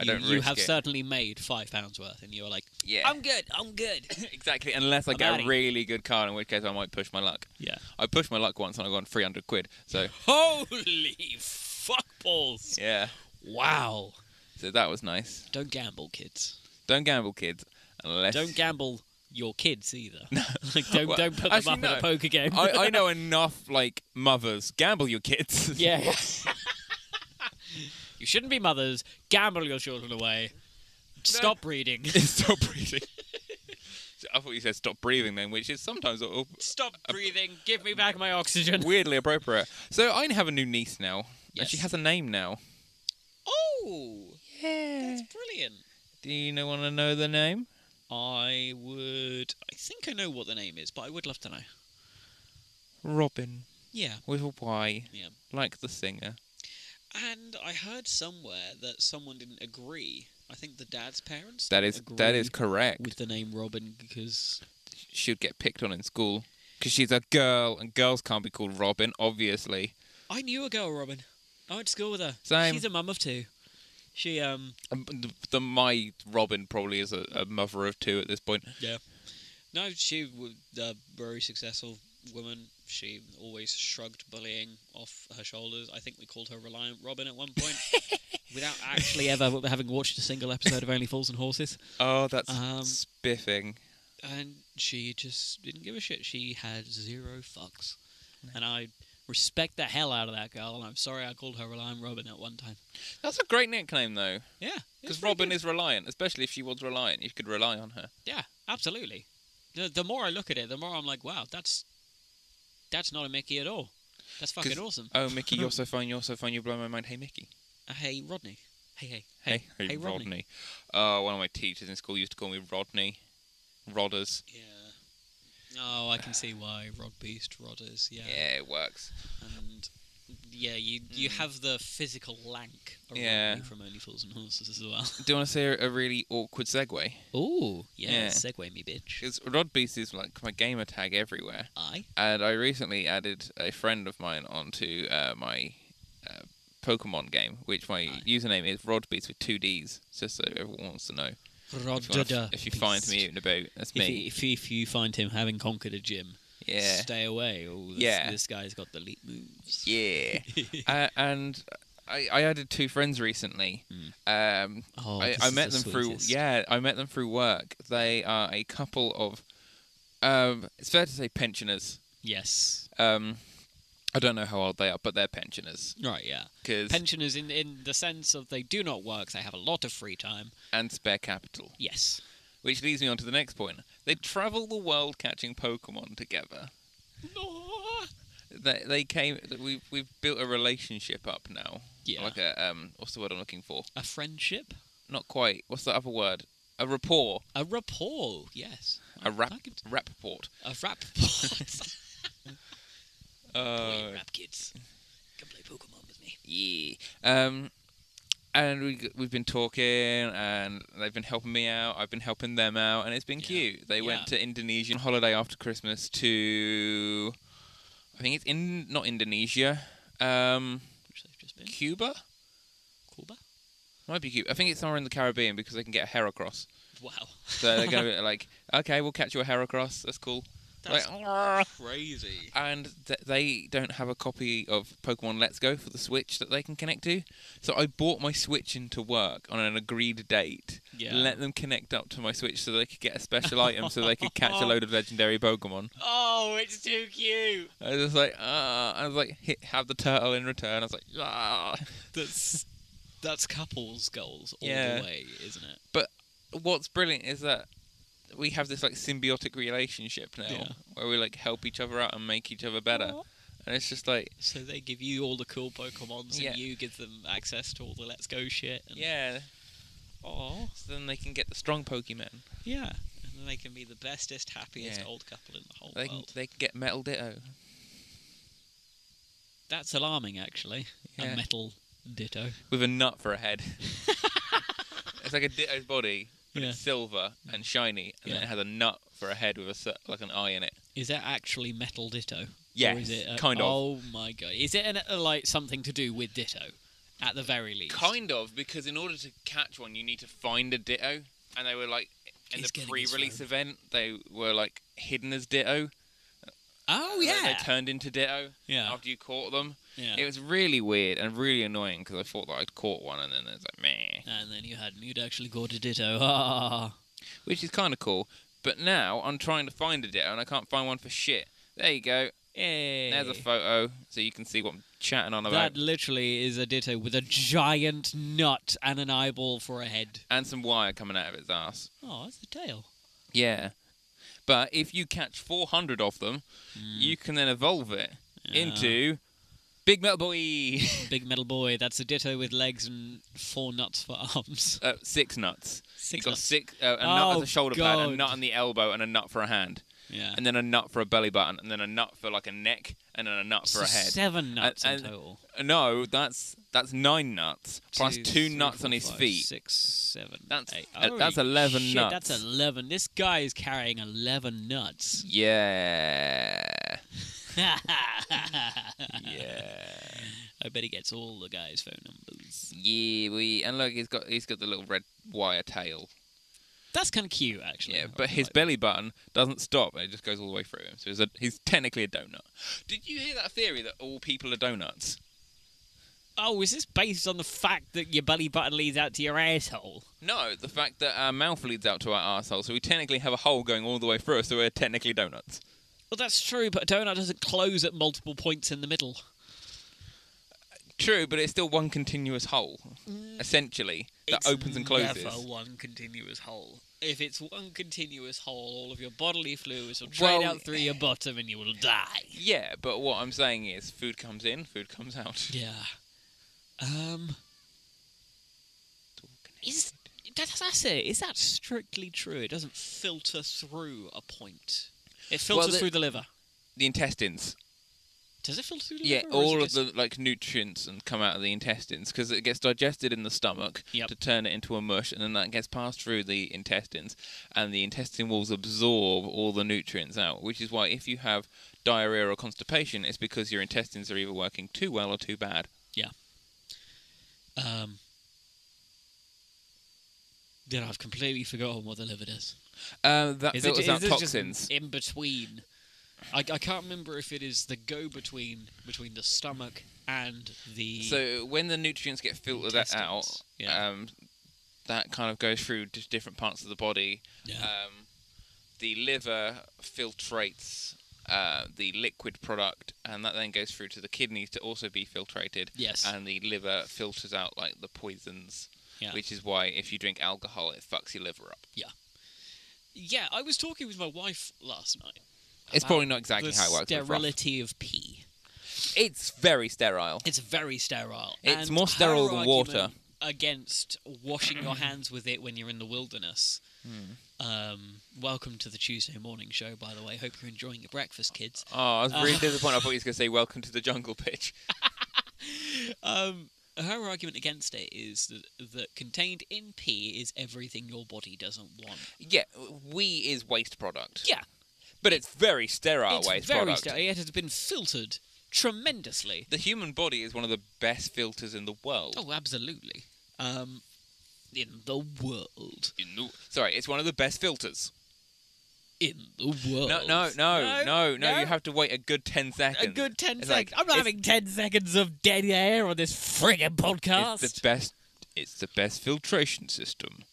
Speaker 2: I
Speaker 1: you,
Speaker 2: don't
Speaker 1: you
Speaker 2: risk
Speaker 1: have
Speaker 2: it.
Speaker 1: certainly made five pounds worth, and you're like,
Speaker 2: Yeah,
Speaker 1: I'm good, I'm good.
Speaker 2: exactly. Unless I
Speaker 1: I'm
Speaker 2: get
Speaker 1: outta
Speaker 2: a
Speaker 1: here.
Speaker 2: really good card, in which case I might push my luck.
Speaker 1: yeah.
Speaker 2: I pushed my luck once and I got three hundred quid. So
Speaker 1: Holy fuck balls!
Speaker 2: yeah,
Speaker 1: Wow.
Speaker 2: so that was nice.
Speaker 1: Don't gamble, kids.
Speaker 2: Don't gamble, kids. Unless
Speaker 1: Don't gamble your kids either. like, don't,
Speaker 2: Well,
Speaker 1: don't put them
Speaker 2: actually,
Speaker 1: up in
Speaker 2: no.
Speaker 1: a poker game.
Speaker 2: I, I know enough like mothers gamble your kids.
Speaker 1: Yeah. you shouldn't be mothers. Gamble your children away. Stop reading.
Speaker 2: stop breathing. I thought you said stop breathing then, which is sometimes a- a-
Speaker 1: Stop breathing. Give me back my oxygen.
Speaker 2: weirdly appropriate. So I have a new niece now, and she
Speaker 1: Yes.
Speaker 2: has a name now.
Speaker 1: Oh,
Speaker 2: Yeah.
Speaker 1: that's brilliant.
Speaker 2: Do you know, want to know the name?
Speaker 1: I would. I think I know what the name is, but I would love to know.
Speaker 2: Robin.
Speaker 1: Yeah.
Speaker 2: with a Y,
Speaker 1: Yeah.
Speaker 2: like the singer.
Speaker 1: And I heard somewhere that someone didn't agree. I think the dad's parents.
Speaker 2: That
Speaker 1: didn't
Speaker 2: is that is
Speaker 1: agree
Speaker 2: correct.
Speaker 1: with the name Robin because
Speaker 2: She'd get picked on in school because she's a girl, and girls can't be called Robin, obviously.
Speaker 1: I knew a girl Robin. I went to school with her.
Speaker 2: Same.
Speaker 1: She's a mum of two. She um
Speaker 2: Um, The, the my Robin probably is a, a mother of two at this point.
Speaker 1: no she was a very successful woman. She always shrugged bullying off her shoulders. I think we called her Reliant Robin at one point. Without actually ever having watched a single episode of Only Fools and Horses,
Speaker 2: Oh, that's
Speaker 1: Um,
Speaker 2: spiffing.
Speaker 1: and she just didn't give a shit. She had zero fucks, and I respect the hell out of that girl. And I'm sorry I called her Reliant Robin at one time.
Speaker 2: That's a great nickname though,
Speaker 1: Yeah, it was
Speaker 2: because
Speaker 1: pretty
Speaker 2: Robin
Speaker 1: good.
Speaker 2: is reliant, especially if she was reliant. You could rely on her.
Speaker 1: Yeah, absolutely. The, the more I look at it, the more I'm like, wow, that's that's not a Mickey at all. That's fucking
Speaker 2: 'Cause-
Speaker 1: awesome.
Speaker 2: Oh, Mickey, you're so fine. You're so fine. You blow my mind. Hey, Mickey.
Speaker 1: Uh, hey, Rodney. Hey, hey.
Speaker 2: Hey, hey,
Speaker 1: hey, Rodney.
Speaker 2: Rodney. Oh, one of my teachers in school used to call me Rodney. Rodders.
Speaker 1: Yeah. Oh, I can see why. Rod Beast, Rodders, yeah.
Speaker 2: Yeah, it works.
Speaker 1: And yeah, you you
Speaker 2: Mm.
Speaker 1: have the physical lank around
Speaker 2: Yeah.
Speaker 1: you from Only Fools and Horses as well.
Speaker 2: Do you want to say a, a really awkward segue?
Speaker 1: Ooh, yeah,
Speaker 2: Yeah.
Speaker 1: segue me, bitch.
Speaker 2: Because Rodbeast is like my gamer tag everywhere.
Speaker 1: I?
Speaker 2: And I recently added a friend of mine onto uh, my uh, Pokemon game, which my
Speaker 1: Aye.
Speaker 2: username is Rodbeast with two Ds, just so everyone wants to know.
Speaker 1: Rod
Speaker 2: If you, wanna f- if you find me out and about, that's
Speaker 1: If
Speaker 2: me.
Speaker 1: you, if, you, if you find him having conquered a gym,
Speaker 2: yeah.
Speaker 1: stay away. Oh, this,
Speaker 2: Yeah.
Speaker 1: this guy's got the leap moves.
Speaker 2: Yeah. uh, and I, I added two friends recently. Um,
Speaker 1: Oh,
Speaker 2: I,
Speaker 1: this
Speaker 2: I
Speaker 1: is
Speaker 2: met
Speaker 1: the
Speaker 2: them through
Speaker 1: sweetest.
Speaker 2: yeah, I met them through work. They are a couple of um, it's fair to say pensioners.
Speaker 1: Yes.
Speaker 2: Um, I don't know how old they are, but they're pensioners
Speaker 1: Right. Yeah.
Speaker 2: 'cause-
Speaker 1: Pensioners, in in the sense of they do not work, they have a lot of free time.
Speaker 2: and spare capital,
Speaker 1: Yes.
Speaker 2: which leads me on to the next point. They travel the world catching Pokemon together. They, they came. We've we've built a relationship up now.
Speaker 1: Yeah.
Speaker 2: Like a um, what's the word I'm looking for?
Speaker 1: A friendship,
Speaker 2: Not quite. What's the other word? A rapport.
Speaker 1: a rapport. Yes.
Speaker 2: A rap,
Speaker 1: I could-
Speaker 2: rapport.
Speaker 1: a rapport.
Speaker 2: Uh,
Speaker 1: Boy, rap kids, come play Pokemon with me.
Speaker 2: yeah. Um, and we g- we've been talking, and they've been helping me out. I've been helping them out, and it's been
Speaker 1: Yeah.
Speaker 2: cute. They
Speaker 1: Yeah.
Speaker 2: went to Indonesia on holiday after Christmas to, I think it's in not Indonesia, um,
Speaker 1: Which they've just been.
Speaker 2: Cuba.
Speaker 1: Cuba.
Speaker 2: Might be Cuba. I think it's somewhere in the Caribbean because they can get a Heracross.
Speaker 1: Wow.
Speaker 2: So they're gonna be like, okay, we'll catch you a Heracross. That's cool.
Speaker 1: That's
Speaker 2: like, "Arrgh."
Speaker 1: crazy.
Speaker 2: and th- they don't have a copy of Pokemon Let's Go for the Switch that they can connect to. So I bought my Switch into work on an agreed date.
Speaker 1: Yeah.
Speaker 2: Let them connect up to my Switch so they could get a special item so they could catch a load of legendary Pokemon.
Speaker 1: Oh, it's too cute.
Speaker 2: I was just like, ah, I was like, hit, have the turtle in return. I was like, ah.
Speaker 1: That's that's couples goals all
Speaker 2: Yeah.
Speaker 1: the way, isn't it?
Speaker 2: What's brilliant is that we have this like symbiotic relationship now
Speaker 1: Yeah.
Speaker 2: where we like help each other out and make each other better. And it's just like,
Speaker 1: So they give you all the cool Pokemons,
Speaker 2: Yeah.
Speaker 1: and you give them access to all the Let's Go shit. And,
Speaker 2: yeah.
Speaker 1: Aw.
Speaker 2: So then they can get the strong Pokemon.
Speaker 1: Yeah. And then they can be the bestest, happiest
Speaker 2: Yeah.
Speaker 1: old couple in the whole
Speaker 2: They can,
Speaker 1: world.
Speaker 2: they can get metal ditto.
Speaker 1: That's alarming, actually.
Speaker 2: Yeah.
Speaker 1: A metal ditto.
Speaker 2: with a nut for a head. it's like a ditto's body, but
Speaker 1: Yeah.
Speaker 2: it's silver and shiny, and then
Speaker 1: Yeah.
Speaker 2: it has a nut for a head with a cir- like an eye in it.
Speaker 1: Is that actually metal ditto?
Speaker 2: Yes,
Speaker 1: Or is it a,
Speaker 2: kind of.
Speaker 1: Oh my god. Is it an, uh, like something to do with ditto? At the very least.
Speaker 2: Kind of, because in order to catch one, you need to find a ditto, and they were like in
Speaker 1: He's
Speaker 2: the
Speaker 1: getting his
Speaker 2: pre-release
Speaker 1: phone.
Speaker 2: event, they were like hidden as ditto.
Speaker 1: Oh,
Speaker 2: and then
Speaker 1: yeah.
Speaker 2: they turned into ditto
Speaker 1: yeah.
Speaker 2: after you caught them.
Speaker 1: Yeah.
Speaker 2: It was really weird and really annoying because I thought that I'd caught one, and then it's like meh.
Speaker 1: and then you had Mewd actually caught a ditto. Ah.
Speaker 2: which is kind of cool. But now I'm trying to find a ditto and I can't find one for shit. There you go.
Speaker 1: Yay.
Speaker 2: There's a photo so you can see what I'm chatting on about.
Speaker 1: That literally is a ditto with a giant nut and an eyeball for a head.
Speaker 2: and some wire coming out of its ass.
Speaker 1: Oh, that's a tail.
Speaker 2: Yeah. But if you catch 400 of them,
Speaker 1: Mm.
Speaker 2: you can then evolve it into Big Metal Boy.
Speaker 1: Big metal boy. That's a ditto with legs and four nuts for arms.
Speaker 2: uh, six nuts.
Speaker 1: Six
Speaker 2: you got
Speaker 1: nuts.
Speaker 2: six, uh, a nut
Speaker 1: Oh,
Speaker 2: as a shoulder pad, a
Speaker 1: God.
Speaker 2: nut on the elbow, and a nut for a hand.
Speaker 1: Yeah.
Speaker 2: and then a nut for a belly button, and then a nut for like a neck, and then a nut for
Speaker 1: So
Speaker 2: a head.
Speaker 1: Seven nuts
Speaker 2: and-
Speaker 1: in total.
Speaker 2: No, that's that's nine nuts plus two
Speaker 1: three,
Speaker 2: nuts
Speaker 1: four,
Speaker 2: on his
Speaker 1: five,
Speaker 2: feet.
Speaker 1: Six, seven.
Speaker 2: That's-
Speaker 1: eight.
Speaker 2: uh, that's
Speaker 1: Holy
Speaker 2: 11
Speaker 1: shit,
Speaker 2: nuts.
Speaker 1: That's eleven. This guy is carrying eleven nuts.
Speaker 2: Yeah,
Speaker 1: yeah.
Speaker 2: yeah,
Speaker 1: I bet he gets all the guys' phone numbers.
Speaker 2: yeah. We and look, he's got he's got the little red wire tail.
Speaker 1: That's kind of cute, actually.
Speaker 2: Yeah,
Speaker 1: I
Speaker 2: but
Speaker 1: really
Speaker 2: his
Speaker 1: like
Speaker 2: belly button doesn't stop, and it just goes all the way through him. So he's, a, he's technically a donut. Did you hear that theory that all people are donuts?
Speaker 1: that. Oh, is this based on the fact that your belly button leads out to your asshole?
Speaker 2: No, the fact that our mouth leads out to our arsehole, so we technically have a hole going all the way through us, so we're technically donuts.
Speaker 1: Well, that's true, but a donut doesn't close at multiple points in the middle.
Speaker 2: True, but it's still one continuous hole, essentially, that
Speaker 1: It's
Speaker 2: opens and closes.
Speaker 1: Never one continuous hole. If it's one continuous hole, all of your bodily fluids will
Speaker 2: Well-
Speaker 1: drain out through your bottom, and you will die.
Speaker 2: Yeah, but what I'm saying is food comes in, food comes out.
Speaker 1: Yeah. Um. Is that's, that's it? Is that strictly true? It doesn't filter through a point. It filters
Speaker 2: the-
Speaker 1: through the liver.
Speaker 2: The intestines.
Speaker 1: Does it filter through the
Speaker 2: Yeah,
Speaker 1: liver? or is it
Speaker 2: all of
Speaker 1: just-
Speaker 2: the like nutrients and come out of the intestines because it gets digested in the stomach
Speaker 1: Yep.
Speaker 2: to turn it into a mush, and then that gets passed through the intestines, and the intestine walls absorb all the nutrients out. Which is why if you have diarrhea or constipation, it's because your intestines are either working too well or too bad.
Speaker 1: Um. Then I've completely forgotten what the liver does.
Speaker 2: Um, that
Speaker 1: Is it,
Speaker 2: filters
Speaker 1: is
Speaker 2: out
Speaker 1: it
Speaker 2: toxins.
Speaker 1: just in between? I, I can't remember if it is the go between between the stomach and the.
Speaker 2: So when the nutrients get filtered that out,
Speaker 1: Intestines, yeah.
Speaker 2: um, that kind of goes through just different parts of the body.
Speaker 1: Yeah.
Speaker 2: Um, the liver filtrates uh, the liquid product, and that then goes through to the kidneys to also be filtrated.
Speaker 1: Yes.
Speaker 2: And the liver filters out like the poisons,
Speaker 1: Yeah.
Speaker 2: which is why if you drink alcohol, it fucks your liver up.
Speaker 1: yeah, I was talking with my wife last night.
Speaker 2: It's
Speaker 1: About
Speaker 2: probably not exactly
Speaker 1: the
Speaker 2: how it works. but rough.
Speaker 1: sterility of pee.
Speaker 2: It's very sterile.
Speaker 1: It's very sterile.
Speaker 2: It's
Speaker 1: And
Speaker 2: more sterile
Speaker 1: her
Speaker 2: than water.
Speaker 1: argument Against washing your hands with it when you're in the wilderness.
Speaker 2: Hmm.
Speaker 1: Um, welcome to the Tuesday morning show, by the way. Hope you're enjoying your breakfast, kids.
Speaker 2: Oh, I was really
Speaker 1: Uh.
Speaker 2: disappointed. I thought you was going to say "Welcome to the jungle, bitch."
Speaker 1: Um, her argument against it is that, that contained in pee is everything your body doesn't want.
Speaker 2: Yeah, we is waste product.
Speaker 1: Yeah,
Speaker 2: But it's very sterile
Speaker 1: it's
Speaker 2: waste
Speaker 1: very
Speaker 2: product.
Speaker 1: sterile. It has been filtered tremendously.
Speaker 2: The human body is one of the best filters in the world.
Speaker 1: Oh, absolutely. Um, in the world.
Speaker 2: In the- sorry, it's one of the best filters.
Speaker 1: In the world.
Speaker 2: No, no, no, no, no, You have to wait a good ten seconds.
Speaker 1: a good 10
Speaker 2: It's
Speaker 1: seconds.
Speaker 2: like-
Speaker 1: I'm not
Speaker 2: it's-
Speaker 1: having 10 seconds of dead air on this friggin' podcast.
Speaker 2: It's the best. It's the best filtration system.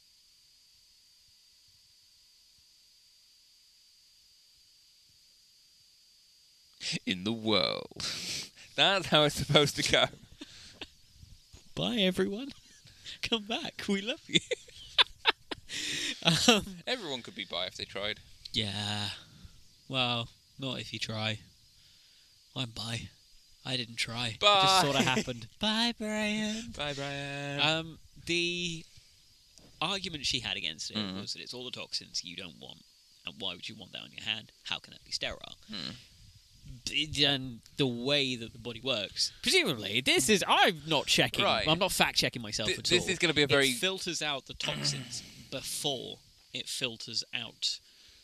Speaker 2: In the world. That's how it's supposed to go.
Speaker 1: Bye, everyone. Come back. We love you. um,
Speaker 2: Everyone could be bi if they tried.
Speaker 1: yeah. Well, not if you try. I'm bye. I didn't try. It just
Speaker 2: Bye.
Speaker 1: sort of happened. Bye, Brian.
Speaker 2: Bye, Brian.
Speaker 1: Um, the argument she had against it
Speaker 2: Mm.
Speaker 1: was that it's all the toxins you don't want, and why would you want that on your hand? How can that be sterile?
Speaker 2: Mm.
Speaker 1: D- And the way that the body works, presumably, this is I'm not checking.
Speaker 2: Right.
Speaker 1: I'm not fact checking myself
Speaker 2: Th-
Speaker 1: at
Speaker 2: this
Speaker 1: all.
Speaker 2: is gonna be a very-
Speaker 1: it filters out the toxins before it filters out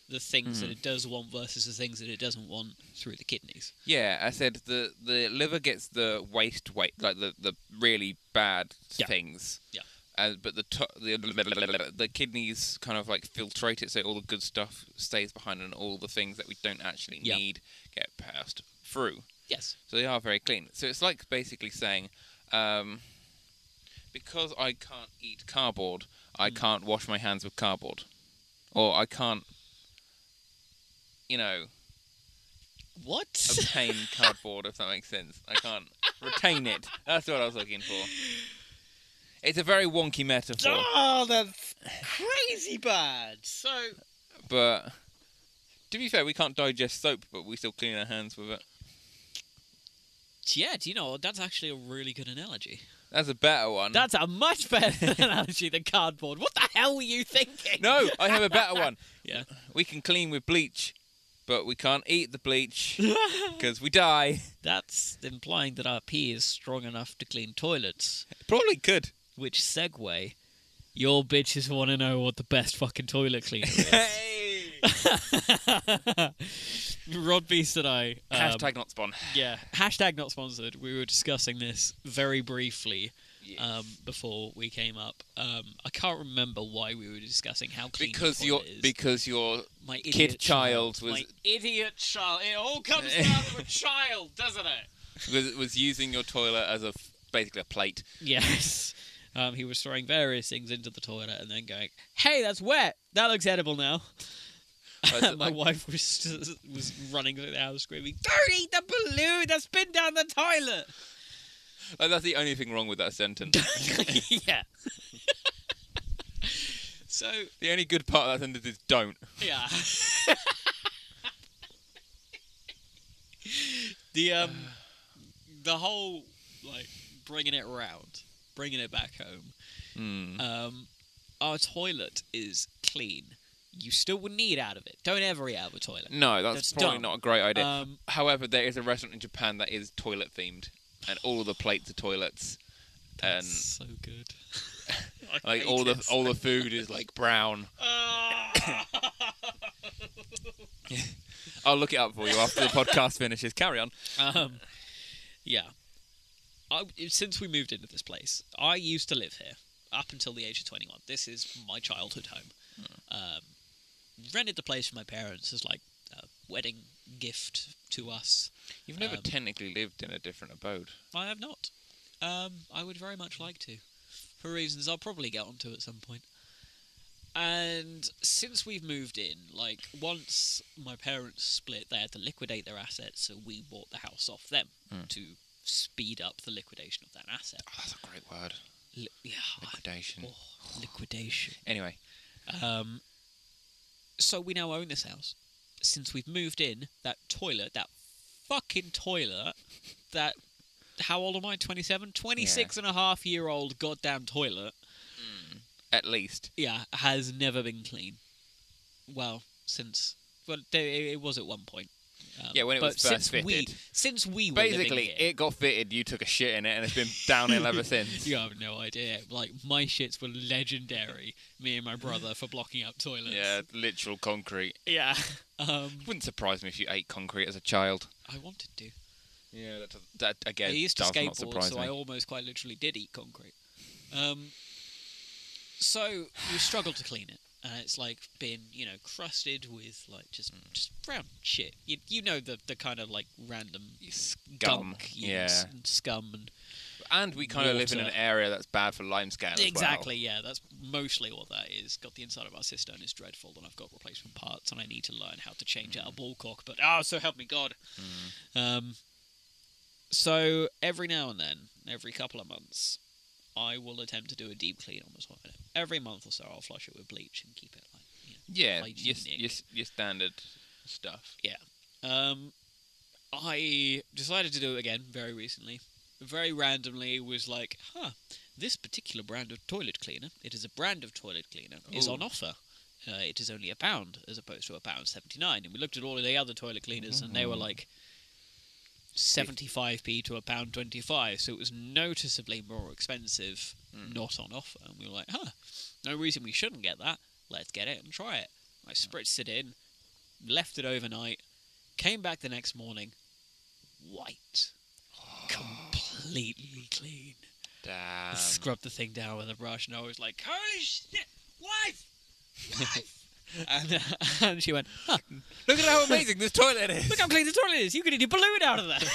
Speaker 1: the things
Speaker 2: Hmm.
Speaker 1: that it does want versus the things that it doesn't want through the kidneys.
Speaker 2: Yeah, I said the the liver gets the waste weight, like the, the really bad
Speaker 1: Yeah.
Speaker 2: things.
Speaker 1: Yeah.
Speaker 2: Uh, but the, to- the the kidneys kind of like filtrate it, so all the good stuff stays behind, and all the things that we don't actually
Speaker 1: Yeah.
Speaker 2: need get passed through.
Speaker 1: Yes.
Speaker 2: So they are very clean. So it's like basically saying, um, because I can't eat cardboard, I
Speaker 1: Mm.
Speaker 2: can't wash my hands with cardboard, or I can't, you know,
Speaker 1: What?
Speaker 2: obtain cardboard, if that makes sense. I can't retain it. That's what I was looking for. It's a very wonky metaphor,
Speaker 1: Oh, that's crazy bad. So
Speaker 2: but to be fair, we can't digest soap, but we still clean our hands with it.
Speaker 1: yeah, do you know that's actually a really good analogy?
Speaker 2: That's a better one.
Speaker 1: That's a much better analogy than cardboard. What the hell were you thinking?
Speaker 2: no, I have a better one.
Speaker 1: Yeah.
Speaker 2: We can clean with bleach. but we can't eat the bleach because we die.
Speaker 1: That's implying that our pee is strong enough to clean toilets,
Speaker 2: Probably could.
Speaker 1: which segue. Your bitches want to know what the best fucking toilet cleaner is.
Speaker 2: Hey!
Speaker 1: Um, Rod Beast and I. um,
Speaker 2: Hashtag not spawn.
Speaker 1: Yeah. Hashtag not sponsored. We were discussing this very briefly
Speaker 2: Yes.
Speaker 1: um, before we came up. Um, I can't remember why we were discussing how clean the
Speaker 2: because you're
Speaker 1: toilet is.
Speaker 2: because you're
Speaker 1: my
Speaker 2: kid
Speaker 1: idiot
Speaker 2: child was-
Speaker 1: my idiot child. It all comes down to a child, doesn't it?
Speaker 2: was, was using your toilet as a f- basically a plate.
Speaker 1: Yes. Um, he was throwing various things into the toilet and then going, "Hey, that's wet. That looks edible now."
Speaker 2: But
Speaker 1: My
Speaker 2: I-
Speaker 1: wife was was running through the house screaming, "Don't eat the balloon that's been down the toilet."
Speaker 2: like, that's the only thing wrong with that sentence.
Speaker 1: yeah. so
Speaker 2: the only good part of that sentence is don't.
Speaker 1: yeah. the um, the whole like bringing it round, bringing it back home.
Speaker 2: Mm.
Speaker 1: Um, our toilet is clean. You still would need out of it. Don't ever eat out of a toilet.
Speaker 2: No, that's,
Speaker 1: That's
Speaker 2: probably
Speaker 1: dumb.
Speaker 2: not a great idea.
Speaker 1: Um,
Speaker 2: However, there is a restaurant in Japan that is toilet themed, and all the plates are toilets, and
Speaker 1: that's so good. I
Speaker 2: like
Speaker 1: hate
Speaker 2: all the
Speaker 1: it. Ah.
Speaker 2: all the food is like brown. I'll look it up for you after the podcast finishes. Carry on.
Speaker 1: um, yeah. I, since we moved into this place, I used to live here up until the age of 21. This is my childhood home. Um, rented the place from my parents as like a wedding gift to us.
Speaker 2: You've never
Speaker 1: Um,
Speaker 2: technically lived in a different abode.
Speaker 1: I have not. Um, I would very much like to, for reasons I'll probably get onto at some point. And since we've moved in, like once my parents split, they had to liquidate their assets, so we bought the house off them to speed up the liquidation of that asset.
Speaker 2: Oh, that's a great word.
Speaker 1: Li- yeah,
Speaker 2: Liquidation.
Speaker 1: oh, liquidation.
Speaker 2: Anyway,
Speaker 1: Um, so we now own this house. Since we've moved in, that toilet, that fucking toilet, that. How old am I? 27? 26 and a half year old goddamn toilet.
Speaker 2: at least
Speaker 1: Yeah, has never been clean. Well, since. Well, there- it, it was at one point. Um,
Speaker 2: Yeah, when it
Speaker 1: but
Speaker 2: was first
Speaker 1: since We,
Speaker 2: fitted.
Speaker 1: since we were living
Speaker 2: basically
Speaker 1: here-
Speaker 2: it got fitted. You took a shit in it, and it's been downhill ever since.
Speaker 1: You have no idea. Like, my shits were legendary, me and my brother, for blocking out toilets.
Speaker 2: Yeah, literal concrete.
Speaker 1: Yeah. Um,
Speaker 2: Wouldn't surprise me if you ate concrete as a child.
Speaker 1: I wanted to.
Speaker 2: Yeah, that, that again
Speaker 1: I used to
Speaker 2: does not
Speaker 1: skateboard,
Speaker 2: surprise
Speaker 1: so I
Speaker 2: me.
Speaker 1: almost quite literally did eat concrete. Um, so we struggled to clean it, and it's like being you know crusted with like just
Speaker 2: Hmm.
Speaker 1: just brown shit. You, you know the the kind of like random
Speaker 2: Scum.
Speaker 1: gunk, you know,
Speaker 2: Yeah.
Speaker 1: s- scum and
Speaker 2: And we kind of live in an
Speaker 1: water.
Speaker 2: area that's bad for lime scan. as well.
Speaker 1: exactly yeah. That's mostly what that is. Got the inside of our cistern is dreadful, and I've got replacement parts, and I need to learn how to change
Speaker 2: Mm.
Speaker 1: out a ball cock. But oh, so help me God. Um, so every now and then, every couple of months, I will attempt to do a deep clean on the toilet. Every month or so, I'll flush it with bleach and keep it like. You know.
Speaker 2: Yeah, your,
Speaker 1: Hygienic.
Speaker 2: your, your standard stuff.
Speaker 1: Um, I decided to do it again very recently. Very randomly was like, huh, this particular brand of toilet cleaner, it is a brand of toilet cleaner, is
Speaker 2: Ooh.
Speaker 1: on offer. Uh, it is only a pound as opposed to a pound 79. And we looked at all of the other toilet cleaners and they were like 75p to a pound 25. So it was noticeably more expensive, not on offer. And we were like, huh, no reason we shouldn't get that. Let's get it and try it. I spritzed it in, left it overnight, came back the next morning, white, completely clean.
Speaker 2: Damn.
Speaker 1: I scrubbed the thing down with a brush, and I was like, "Holy shit, wife, wife!" and, uh, and she went, huh,
Speaker 2: Look at how amazing this toilet is.
Speaker 1: "Look how clean the toilet is. You could eat a balloon out of that."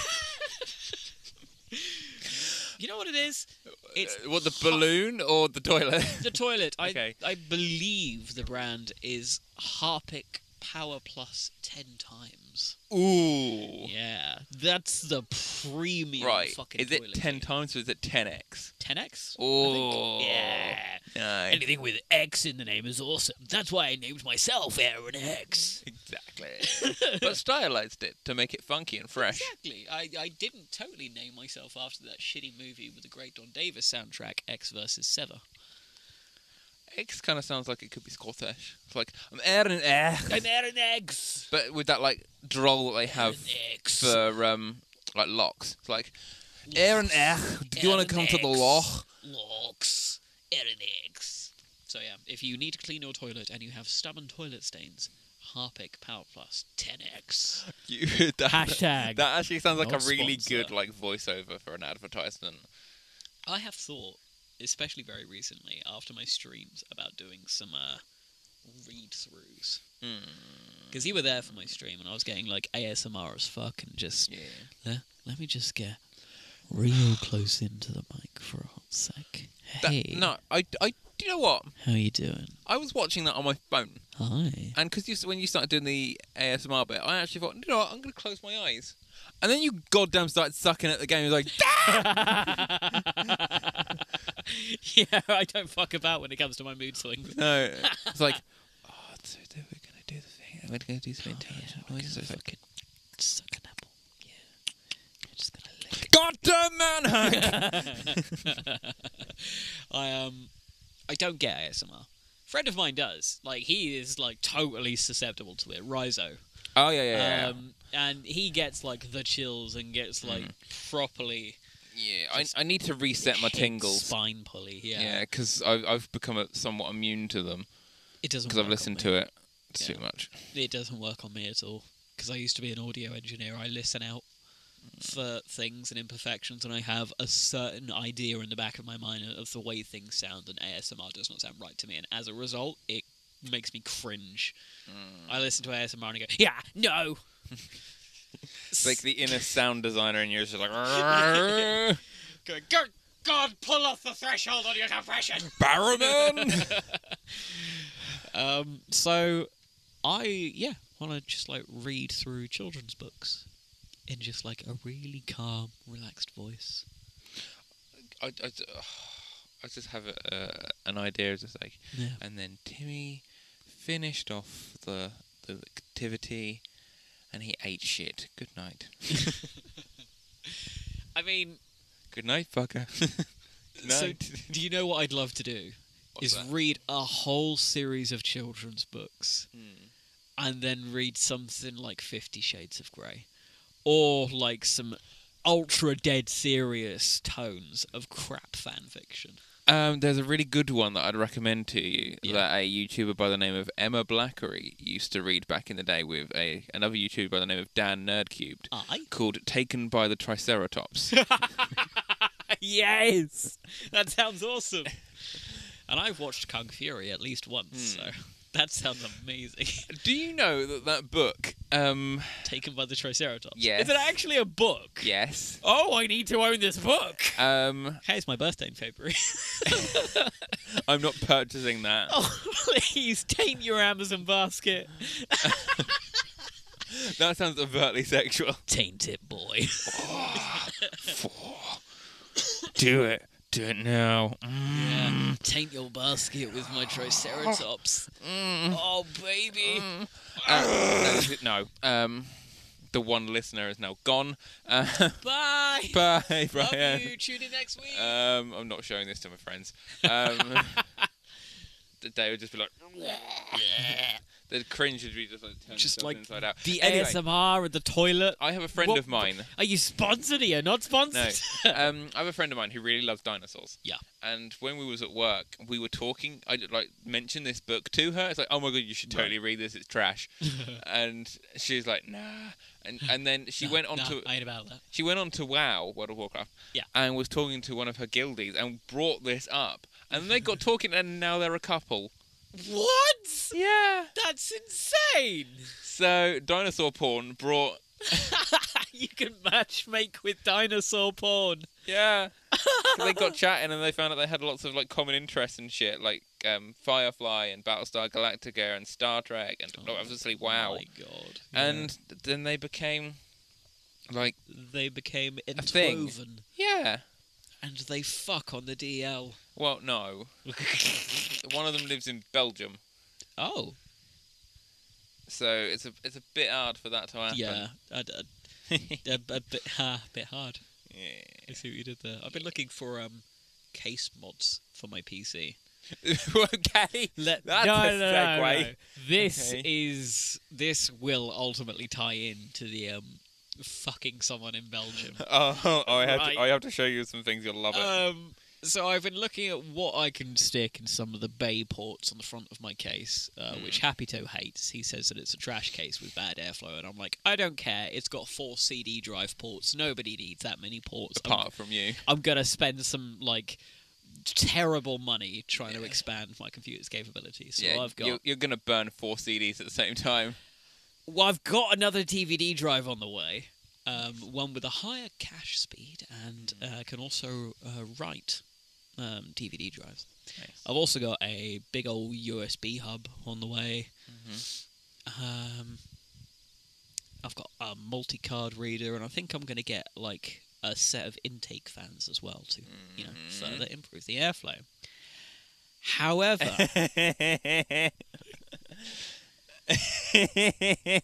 Speaker 1: you know what it is? It's
Speaker 2: Uh, what the balloon or the toilet?
Speaker 1: the toilet. I
Speaker 2: Okay.
Speaker 1: I believe the brand is Harpic Power Plus ten times.
Speaker 2: Ooh.
Speaker 1: Yeah, that's the premium
Speaker 2: Right.
Speaker 1: fucking
Speaker 2: Is it
Speaker 1: toilet
Speaker 2: ten times or is it ten x?
Speaker 1: 10x?
Speaker 2: Oh.
Speaker 1: Yeah.
Speaker 2: Nice.
Speaker 1: Anything with X in the name is awesome. That's why I named myself Aaron X.
Speaker 2: Exactly. but stylized it to make it funky and fresh.
Speaker 1: Exactly. I, I didn't totally name myself after that shitty movie with the great Don Davis soundtrack, X versus Sever.
Speaker 2: Eggs kind of sounds like it could be Scottish. It's like I'm airing eggs,
Speaker 1: I'm out of eggs.
Speaker 2: but with that like droll that they have
Speaker 1: eggs.
Speaker 2: for um like locks. It's like airing eggs. Do you want to come to the
Speaker 1: Eggs.
Speaker 2: loch?
Speaker 1: Logs. Erin eggs. So yeah, if you need to clean your toilet and you have stubborn toilet stains, Harpic Power Plus 10x.
Speaker 2: You that,
Speaker 3: Hashtag.
Speaker 2: That actually sounds like
Speaker 1: Not
Speaker 2: a really
Speaker 1: sponsor.
Speaker 2: good like voiceover for an advertisement.
Speaker 1: I have thought, especially very recently, after my streams, about doing some uh, read throughs.
Speaker 2: Hmm.
Speaker 1: Because you were there for my stream, and I was getting like ASMR as fuck, and just
Speaker 2: Yeah.
Speaker 1: le- let me just get real close into the mic for a hot sec.
Speaker 2: That,
Speaker 1: Hey,
Speaker 2: No, I, I, do you know what?
Speaker 1: how you doing?
Speaker 2: I was watching that on my phone,
Speaker 1: Hi.
Speaker 2: and because you, s- when you started doing the ASMR bit, I actually thought, you know what, I'm going to close my eyes. And then you goddamn started sucking at the game. You're like,
Speaker 1: yeah, I don't fuck about when it comes to my mood swings.
Speaker 2: no. It's like, oh, so we're going to do the thing. We're going to do some
Speaker 1: Oh,
Speaker 2: intelligent noises. Oh, It's like,
Speaker 1: Suck an apple. Yeah. I'm just gonna lick.
Speaker 2: goddamn man, Hank!
Speaker 1: I um, I don't get ASMR. Friend of mine does. Like he is like totally susceptible to it. Rhizo.
Speaker 2: oh, yeah, yeah, yeah.
Speaker 1: Um, and he gets like the chills and gets like properly
Speaker 2: yeah, I,
Speaker 1: just
Speaker 2: I need to reset Mm. my
Speaker 1: hit
Speaker 2: tingles.
Speaker 1: spine pulley. Yeah.
Speaker 2: Yeah, because I've, I've become a, somewhat immune to them
Speaker 1: It doesn't.
Speaker 2: because I've
Speaker 1: work
Speaker 2: listened
Speaker 1: on me.
Speaker 2: to it
Speaker 1: Yeah.
Speaker 2: too much.
Speaker 1: It doesn't work on me at all because I used to be an audio engineer. I listen out for things and imperfections, and I have a certain idea in the back of my mind of the way things sound. And ASMR does not sound right to me, and as a result, it makes me cringe. I listen to ASMR and I go, "Yeah, no."
Speaker 2: It's like the inner sound designer in you is just like, "Arrgh,
Speaker 1: Going, "Good God, pull off the threshold on your depression.
Speaker 2: Barrowman!
Speaker 1: Um, so I yeah want to just like read through children's books in just like a really calm, relaxed voice.
Speaker 2: I, I, ju- I just have a, uh, an idea, just like,
Speaker 1: Yeah.
Speaker 2: and then Timmy finished off the the activity, and he ate shit. Good night.
Speaker 1: I mean,
Speaker 2: Good night, fucker. Good
Speaker 1: so
Speaker 2: night.
Speaker 1: do you know what I'd love to do?
Speaker 2: What's
Speaker 1: is
Speaker 2: that?
Speaker 1: read a whole series of children's books
Speaker 2: Hmm.
Speaker 1: and then read something like Fifty Shades of Grey or like some ultra dead serious tones of crap fan fiction.
Speaker 2: Um, there's a really good one that I'd recommend to you
Speaker 1: Yeah.
Speaker 2: that a YouTuber by the name of Emma Blackery used to read back in the day with a another YouTuber by the name of Dan Nerdcubed
Speaker 1: I
Speaker 2: called "Taken by the Triceratops."
Speaker 1: yes, that sounds awesome. And I've watched Kung Fury at least once, so that sounds amazing.
Speaker 2: Do you know that that book? Um,
Speaker 1: Taken by the Triceratops.
Speaker 2: Yes.
Speaker 1: Is it actually a book?
Speaker 2: yes.
Speaker 1: Oh, I need to own this book.
Speaker 2: Um,
Speaker 1: Hey, it's my birthday in February.
Speaker 2: I'm not purchasing that.
Speaker 1: oh, please taint your Amazon basket.
Speaker 2: That sounds overtly sexual.
Speaker 1: Taint it, boy.
Speaker 2: Do it. Do it now.
Speaker 1: Yeah. Taint your basket with my Triceratops.
Speaker 2: Mm.
Speaker 1: Oh, baby.
Speaker 2: Uh, no, no. Um, the one listener is now gone. Uh,
Speaker 1: Bye.
Speaker 2: bye,
Speaker 1: Love
Speaker 2: Brian.
Speaker 1: you. Tune in next week.
Speaker 2: Um, I'm not showing this to my friends. Um, th- they would just be like, the cringe would be just like turning
Speaker 1: Just
Speaker 2: themselves
Speaker 1: like
Speaker 2: inside out.
Speaker 1: the
Speaker 2: Anyway,
Speaker 1: ASMR at the toilet.
Speaker 2: I have a friend
Speaker 1: What-
Speaker 2: of mine.
Speaker 1: Are you sponsored here? Not
Speaker 2: No,
Speaker 1: sponsored.
Speaker 2: um, I have a friend of mine who really loves dinosaurs.
Speaker 1: Yeah.
Speaker 2: And when we was at work, we were talking. I like mentioned this book to her. It's like, oh my god, you should totally read this. It's trash. and she's like, nah. And and then she went on to
Speaker 1: I ain't about that.
Speaker 2: she went on to WoW World of Warcraft.
Speaker 1: Yeah.
Speaker 2: And was talking to one of her guildies and brought this up. And they got talking, and now they're a couple.
Speaker 1: What?
Speaker 2: Yeah.
Speaker 1: That's insane.
Speaker 2: So dinosaur porn brought.
Speaker 1: you can match make with dinosaur porn.
Speaker 2: Yeah. 'Cause they got chatting and they found out they had lots of like common interests and shit, like um, Firefly and Battlestar Galactica and Star Trek and
Speaker 1: Oh,
Speaker 2: obviously WoW.
Speaker 1: My God.
Speaker 2: And then they became like
Speaker 1: they became
Speaker 2: thing.
Speaker 1: interwoven
Speaker 2: yeah.
Speaker 1: and they fuck on the DL.
Speaker 2: Well, no. One of them lives in Belgium,
Speaker 1: oh,
Speaker 2: so it's a it's a bit hard for that to happen.
Speaker 1: Uh-huh. yeah. I, I, a, a bit, ha, bit hard.
Speaker 2: yeah.
Speaker 1: I see what you did there. I've been looking for um case mods for my PC.
Speaker 2: okay.
Speaker 1: Let
Speaker 2: That's
Speaker 1: no,
Speaker 2: a
Speaker 1: no, no, no,
Speaker 2: segue.
Speaker 1: no. This
Speaker 2: Okay.
Speaker 1: is this will ultimately tie in to the um, fucking someone in Belgium.
Speaker 2: Oh, I have
Speaker 1: Right.
Speaker 2: to. I have to show you some things you'll love. It.
Speaker 1: Um, so I've been looking at what I can stick in some of the bay ports on the front of my case, uh,
Speaker 2: Hmm.
Speaker 1: which Happito hates. He says that it's a trash case with bad airflow, and I'm like, I don't care. It's got four CD drive ports. Nobody needs that many ports. I'm-
Speaker 2: apart from you,
Speaker 1: I'm, gonna spend some like terrible money trying to expand my computer's capabilities. So I've got
Speaker 2: You're, you're gonna burn four CDs at the same time.
Speaker 1: Well, I've got another DVD drive on the way. Um, one with a higher cache speed and
Speaker 2: Mm.
Speaker 1: uh, can also uh, write um, DVD drives.
Speaker 2: Nice.
Speaker 1: I've also got a big old USB hub on the way.
Speaker 2: Mm-hmm.
Speaker 1: Um, I've got a multi-card reader, and I think I'm going to get like a set of intake fans as well to you
Speaker 2: Mm-hmm.
Speaker 1: know further improve the airflow. However,
Speaker 2: I,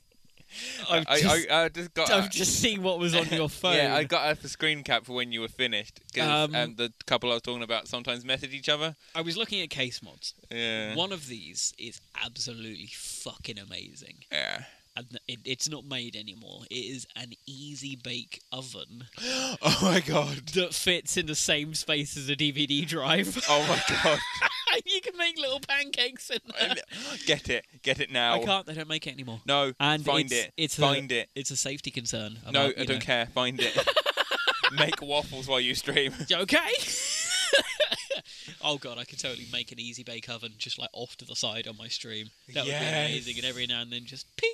Speaker 1: I've just,
Speaker 2: I, I just got.
Speaker 1: I've just seen what was on your phone.
Speaker 2: Yeah, I got a screen cap for when you were finished. 'cause,
Speaker 1: Um,
Speaker 2: um, the couple I was talking about sometimes message each other.
Speaker 1: I was looking at case mods.
Speaker 2: Yeah.
Speaker 1: One of these is absolutely fucking amazing,
Speaker 2: Yeah.
Speaker 1: and it, it's not made anymore. It is an easy bake oven
Speaker 2: Oh my god.
Speaker 1: that fits in the same space as a DVD drive.
Speaker 2: Oh my god.
Speaker 1: you can make little pancakes in there.
Speaker 2: Get it. Get it now.
Speaker 1: I can't. They don't make it anymore.
Speaker 2: No.
Speaker 1: And
Speaker 2: find
Speaker 1: it's,
Speaker 2: it.
Speaker 1: It's
Speaker 2: find
Speaker 1: a,
Speaker 2: it.
Speaker 1: It's a safety concern.
Speaker 2: No,
Speaker 1: about,
Speaker 2: I
Speaker 1: you
Speaker 2: don't
Speaker 1: know-
Speaker 2: care. Find it. Make waffles while you stream.
Speaker 1: Okay. oh god, I could totally make an easy bake oven just like off to the side on my stream. That would be
Speaker 2: Yes.
Speaker 1: amazing. And every now and then, just ping.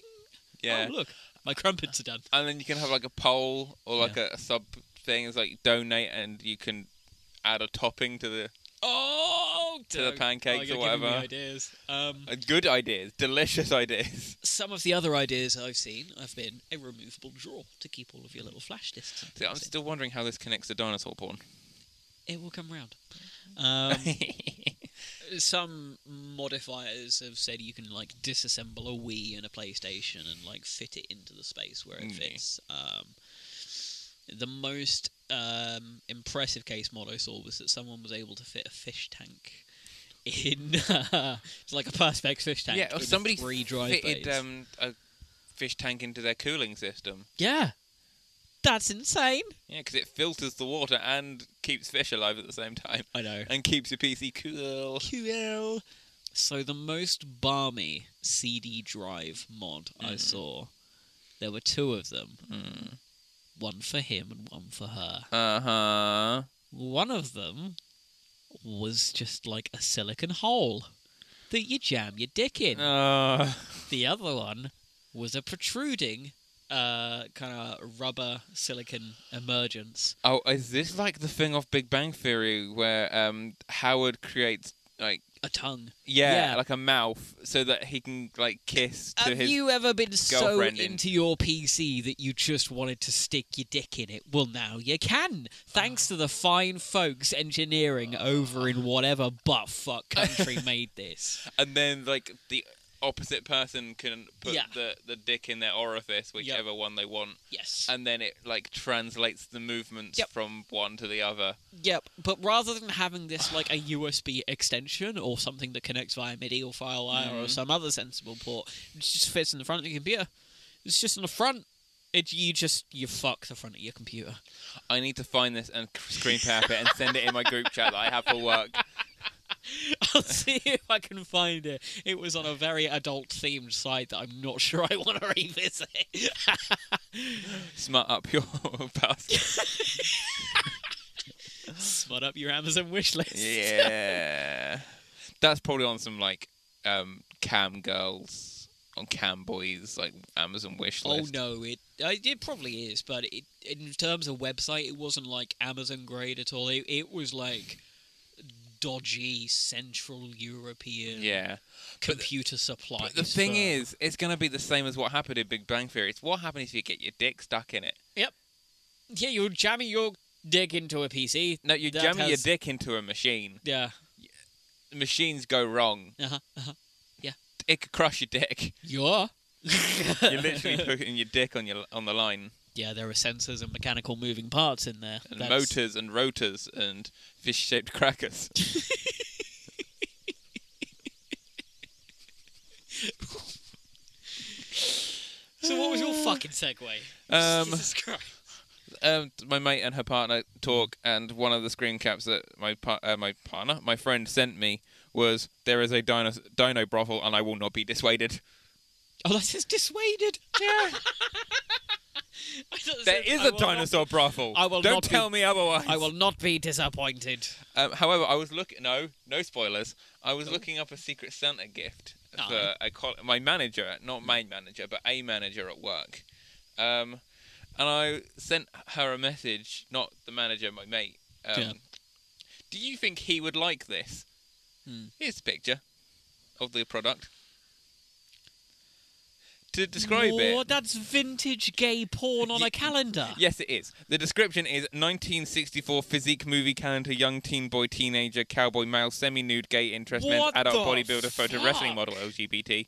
Speaker 2: Yeah.
Speaker 1: Oh look, my crumpets are done.
Speaker 2: and then you can have like a poll or like
Speaker 1: Yeah.
Speaker 2: a, a sub thing. It's like donate, and you can add a topping to the
Speaker 1: Oh,
Speaker 2: To the
Speaker 1: don't-
Speaker 2: pancakes
Speaker 1: oh,
Speaker 2: or
Speaker 1: you're giving me
Speaker 2: whatever.
Speaker 1: ideas. Um,
Speaker 2: uh, good ideas, delicious ideas.
Speaker 1: some of the other ideas I've seen have been a removable drawer to keep all of your little flash disks. and
Speaker 2: See, I'm
Speaker 1: things in.
Speaker 2: still wondering how this connects to dinosaur porn.
Speaker 1: It will come round. Um, some modifiers have said you can like disassemble a Wii and a PlayStation and like fit it into the space where it
Speaker 2: Mm.
Speaker 1: fits. Um, the most um, impressive case mod I saw was that someone was able to fit a fish tank in it's like a perspex fish tank.
Speaker 2: yeah, or
Speaker 1: in
Speaker 2: somebody
Speaker 1: three drive
Speaker 2: fitted
Speaker 1: bays.
Speaker 2: um, a fish tank into their cooling system.
Speaker 1: yeah, that's insane.
Speaker 2: Yeah, because it filters the water and keeps fish alive at the same time,
Speaker 1: I know.
Speaker 2: and keeps your PC cool.
Speaker 1: QL. So the most balmy CD drive mod
Speaker 2: Hmm.
Speaker 1: I saw, there were two of them. One for him and one for her.
Speaker 2: Uh huh.
Speaker 1: One of them was just like a silicon hole that you jam your dick in.
Speaker 2: Uh,
Speaker 1: The other one was a protruding uh, kind of rubber silicon emergence.
Speaker 2: oh, is this like the thing off Big Bang Theory where um, Howard creates like
Speaker 1: A tongue.
Speaker 2: Yeah,
Speaker 1: Yeah.
Speaker 2: like a mouth, so that he can like kiss to
Speaker 1: Have
Speaker 2: his.
Speaker 1: you ever been so
Speaker 2: girlfriend in-
Speaker 1: into your PC that you just wanted to stick your dick in it? Well, now you can, thanks to the fine folks engineering over in whatever butt fuck country made this.
Speaker 2: And then like the opposite person can put
Speaker 1: Yeah.
Speaker 2: the the dick in their orifice, whichever one they want,
Speaker 1: Yes.
Speaker 2: and then it like translates the movements
Speaker 1: Yep.
Speaker 2: from one to the other.
Speaker 1: Yep. But rather than having this like a USB extension or something that connects via MIDI or FireWire or some other sensible port, it just fits in the front of your computer. It's just in the front. It you just you fuck the front of your computer.
Speaker 2: I need to find this and screen cap it and send it in my group chat that I have for work.
Speaker 1: I'll see if I can find it. It was on a very adult themed site that I'm not sure I want to revisit.
Speaker 2: Smut up your basket.
Speaker 1: Smut up your Amazon wish list.
Speaker 2: yeah, that's probably on some like um cam girls on cam boys like Amazon wish
Speaker 1: Oh
Speaker 2: list.
Speaker 1: no, it I- it probably is, but it in terms of website, it wasn't like Amazon grade at all. It, it was like dodgy Central European
Speaker 2: Yeah.
Speaker 1: computer supply.
Speaker 2: But the thing
Speaker 1: for-
Speaker 2: is, it's going to be the same as what happened in Big Bang Theory. It's what happens if you get your dick stuck in it.
Speaker 1: yeah, you're jamming your dick into a PC.
Speaker 2: No, you
Speaker 1: That
Speaker 2: jam your
Speaker 1: has-
Speaker 2: dick into a machine.
Speaker 1: Yeah,
Speaker 2: Machines go wrong.
Speaker 1: uh huh.
Speaker 2: It could crush your dick.
Speaker 1: You're.
Speaker 2: You're literally putting your dick on your on the line.
Speaker 1: Yeah, there are sensors and mechanical moving parts in there.
Speaker 2: And
Speaker 1: That's-
Speaker 2: motors and rotors and fish-shaped crackers.
Speaker 1: fucking segue.
Speaker 2: Um,
Speaker 1: Jesus Christ.
Speaker 2: um, my mate and her partner talk, and one of the screen caps that my par- uh, my partner, my friend sent me was there is a dino, dino brothel, and I will not be dissuaded.
Speaker 1: Oh, that says dissuaded.
Speaker 2: Yeah,
Speaker 1: I thought it
Speaker 2: there
Speaker 1: said,
Speaker 2: is
Speaker 1: "I
Speaker 2: a
Speaker 1: will not
Speaker 2: dinosaur brothel.
Speaker 1: I will
Speaker 2: Don't
Speaker 1: not be-
Speaker 2: tell me otherwise.
Speaker 1: I will not be disappointed.
Speaker 2: Um, however, I was looking. No, no spoilers. I was looking up a Secret Santa gift
Speaker 1: Oh.
Speaker 2: for a col- my manager,
Speaker 1: Hmm.
Speaker 2: not my manager, but a manager at work. Um, and I sent her a message, not the manager, my mate. Um,
Speaker 1: Yeah.
Speaker 2: Do you think he would like this?
Speaker 1: Hmm.
Speaker 2: Here's a picture of the product. To describe it,
Speaker 1: Whoa, That's vintage gay porn on
Speaker 2: Ye-
Speaker 1: a calendar.
Speaker 2: Yes, it is. The description is 1964 physique movie calendar, young teen boy, teenager, cowboy, male, semi nude, gay, interest, men's
Speaker 1: What
Speaker 2: adult
Speaker 1: the
Speaker 2: bodybuilder, photo wrestling
Speaker 1: fuck?
Speaker 2: model, LGBT.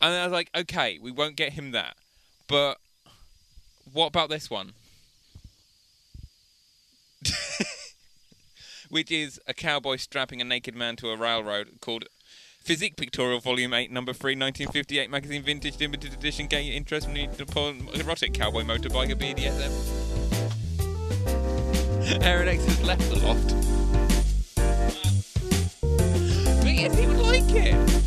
Speaker 2: And I was like, okay, we won't get him that. But what about this one? Which is a cowboy strapping a naked man to a railroad called Physique Pictorial Volume 8, Number 3, 1958 Magazine Vintage Limited Edition Gay Interest Need Upon Erotic Cowboy Motorbiker BDSM. Aaron X has left the loft. But yes, he would like it.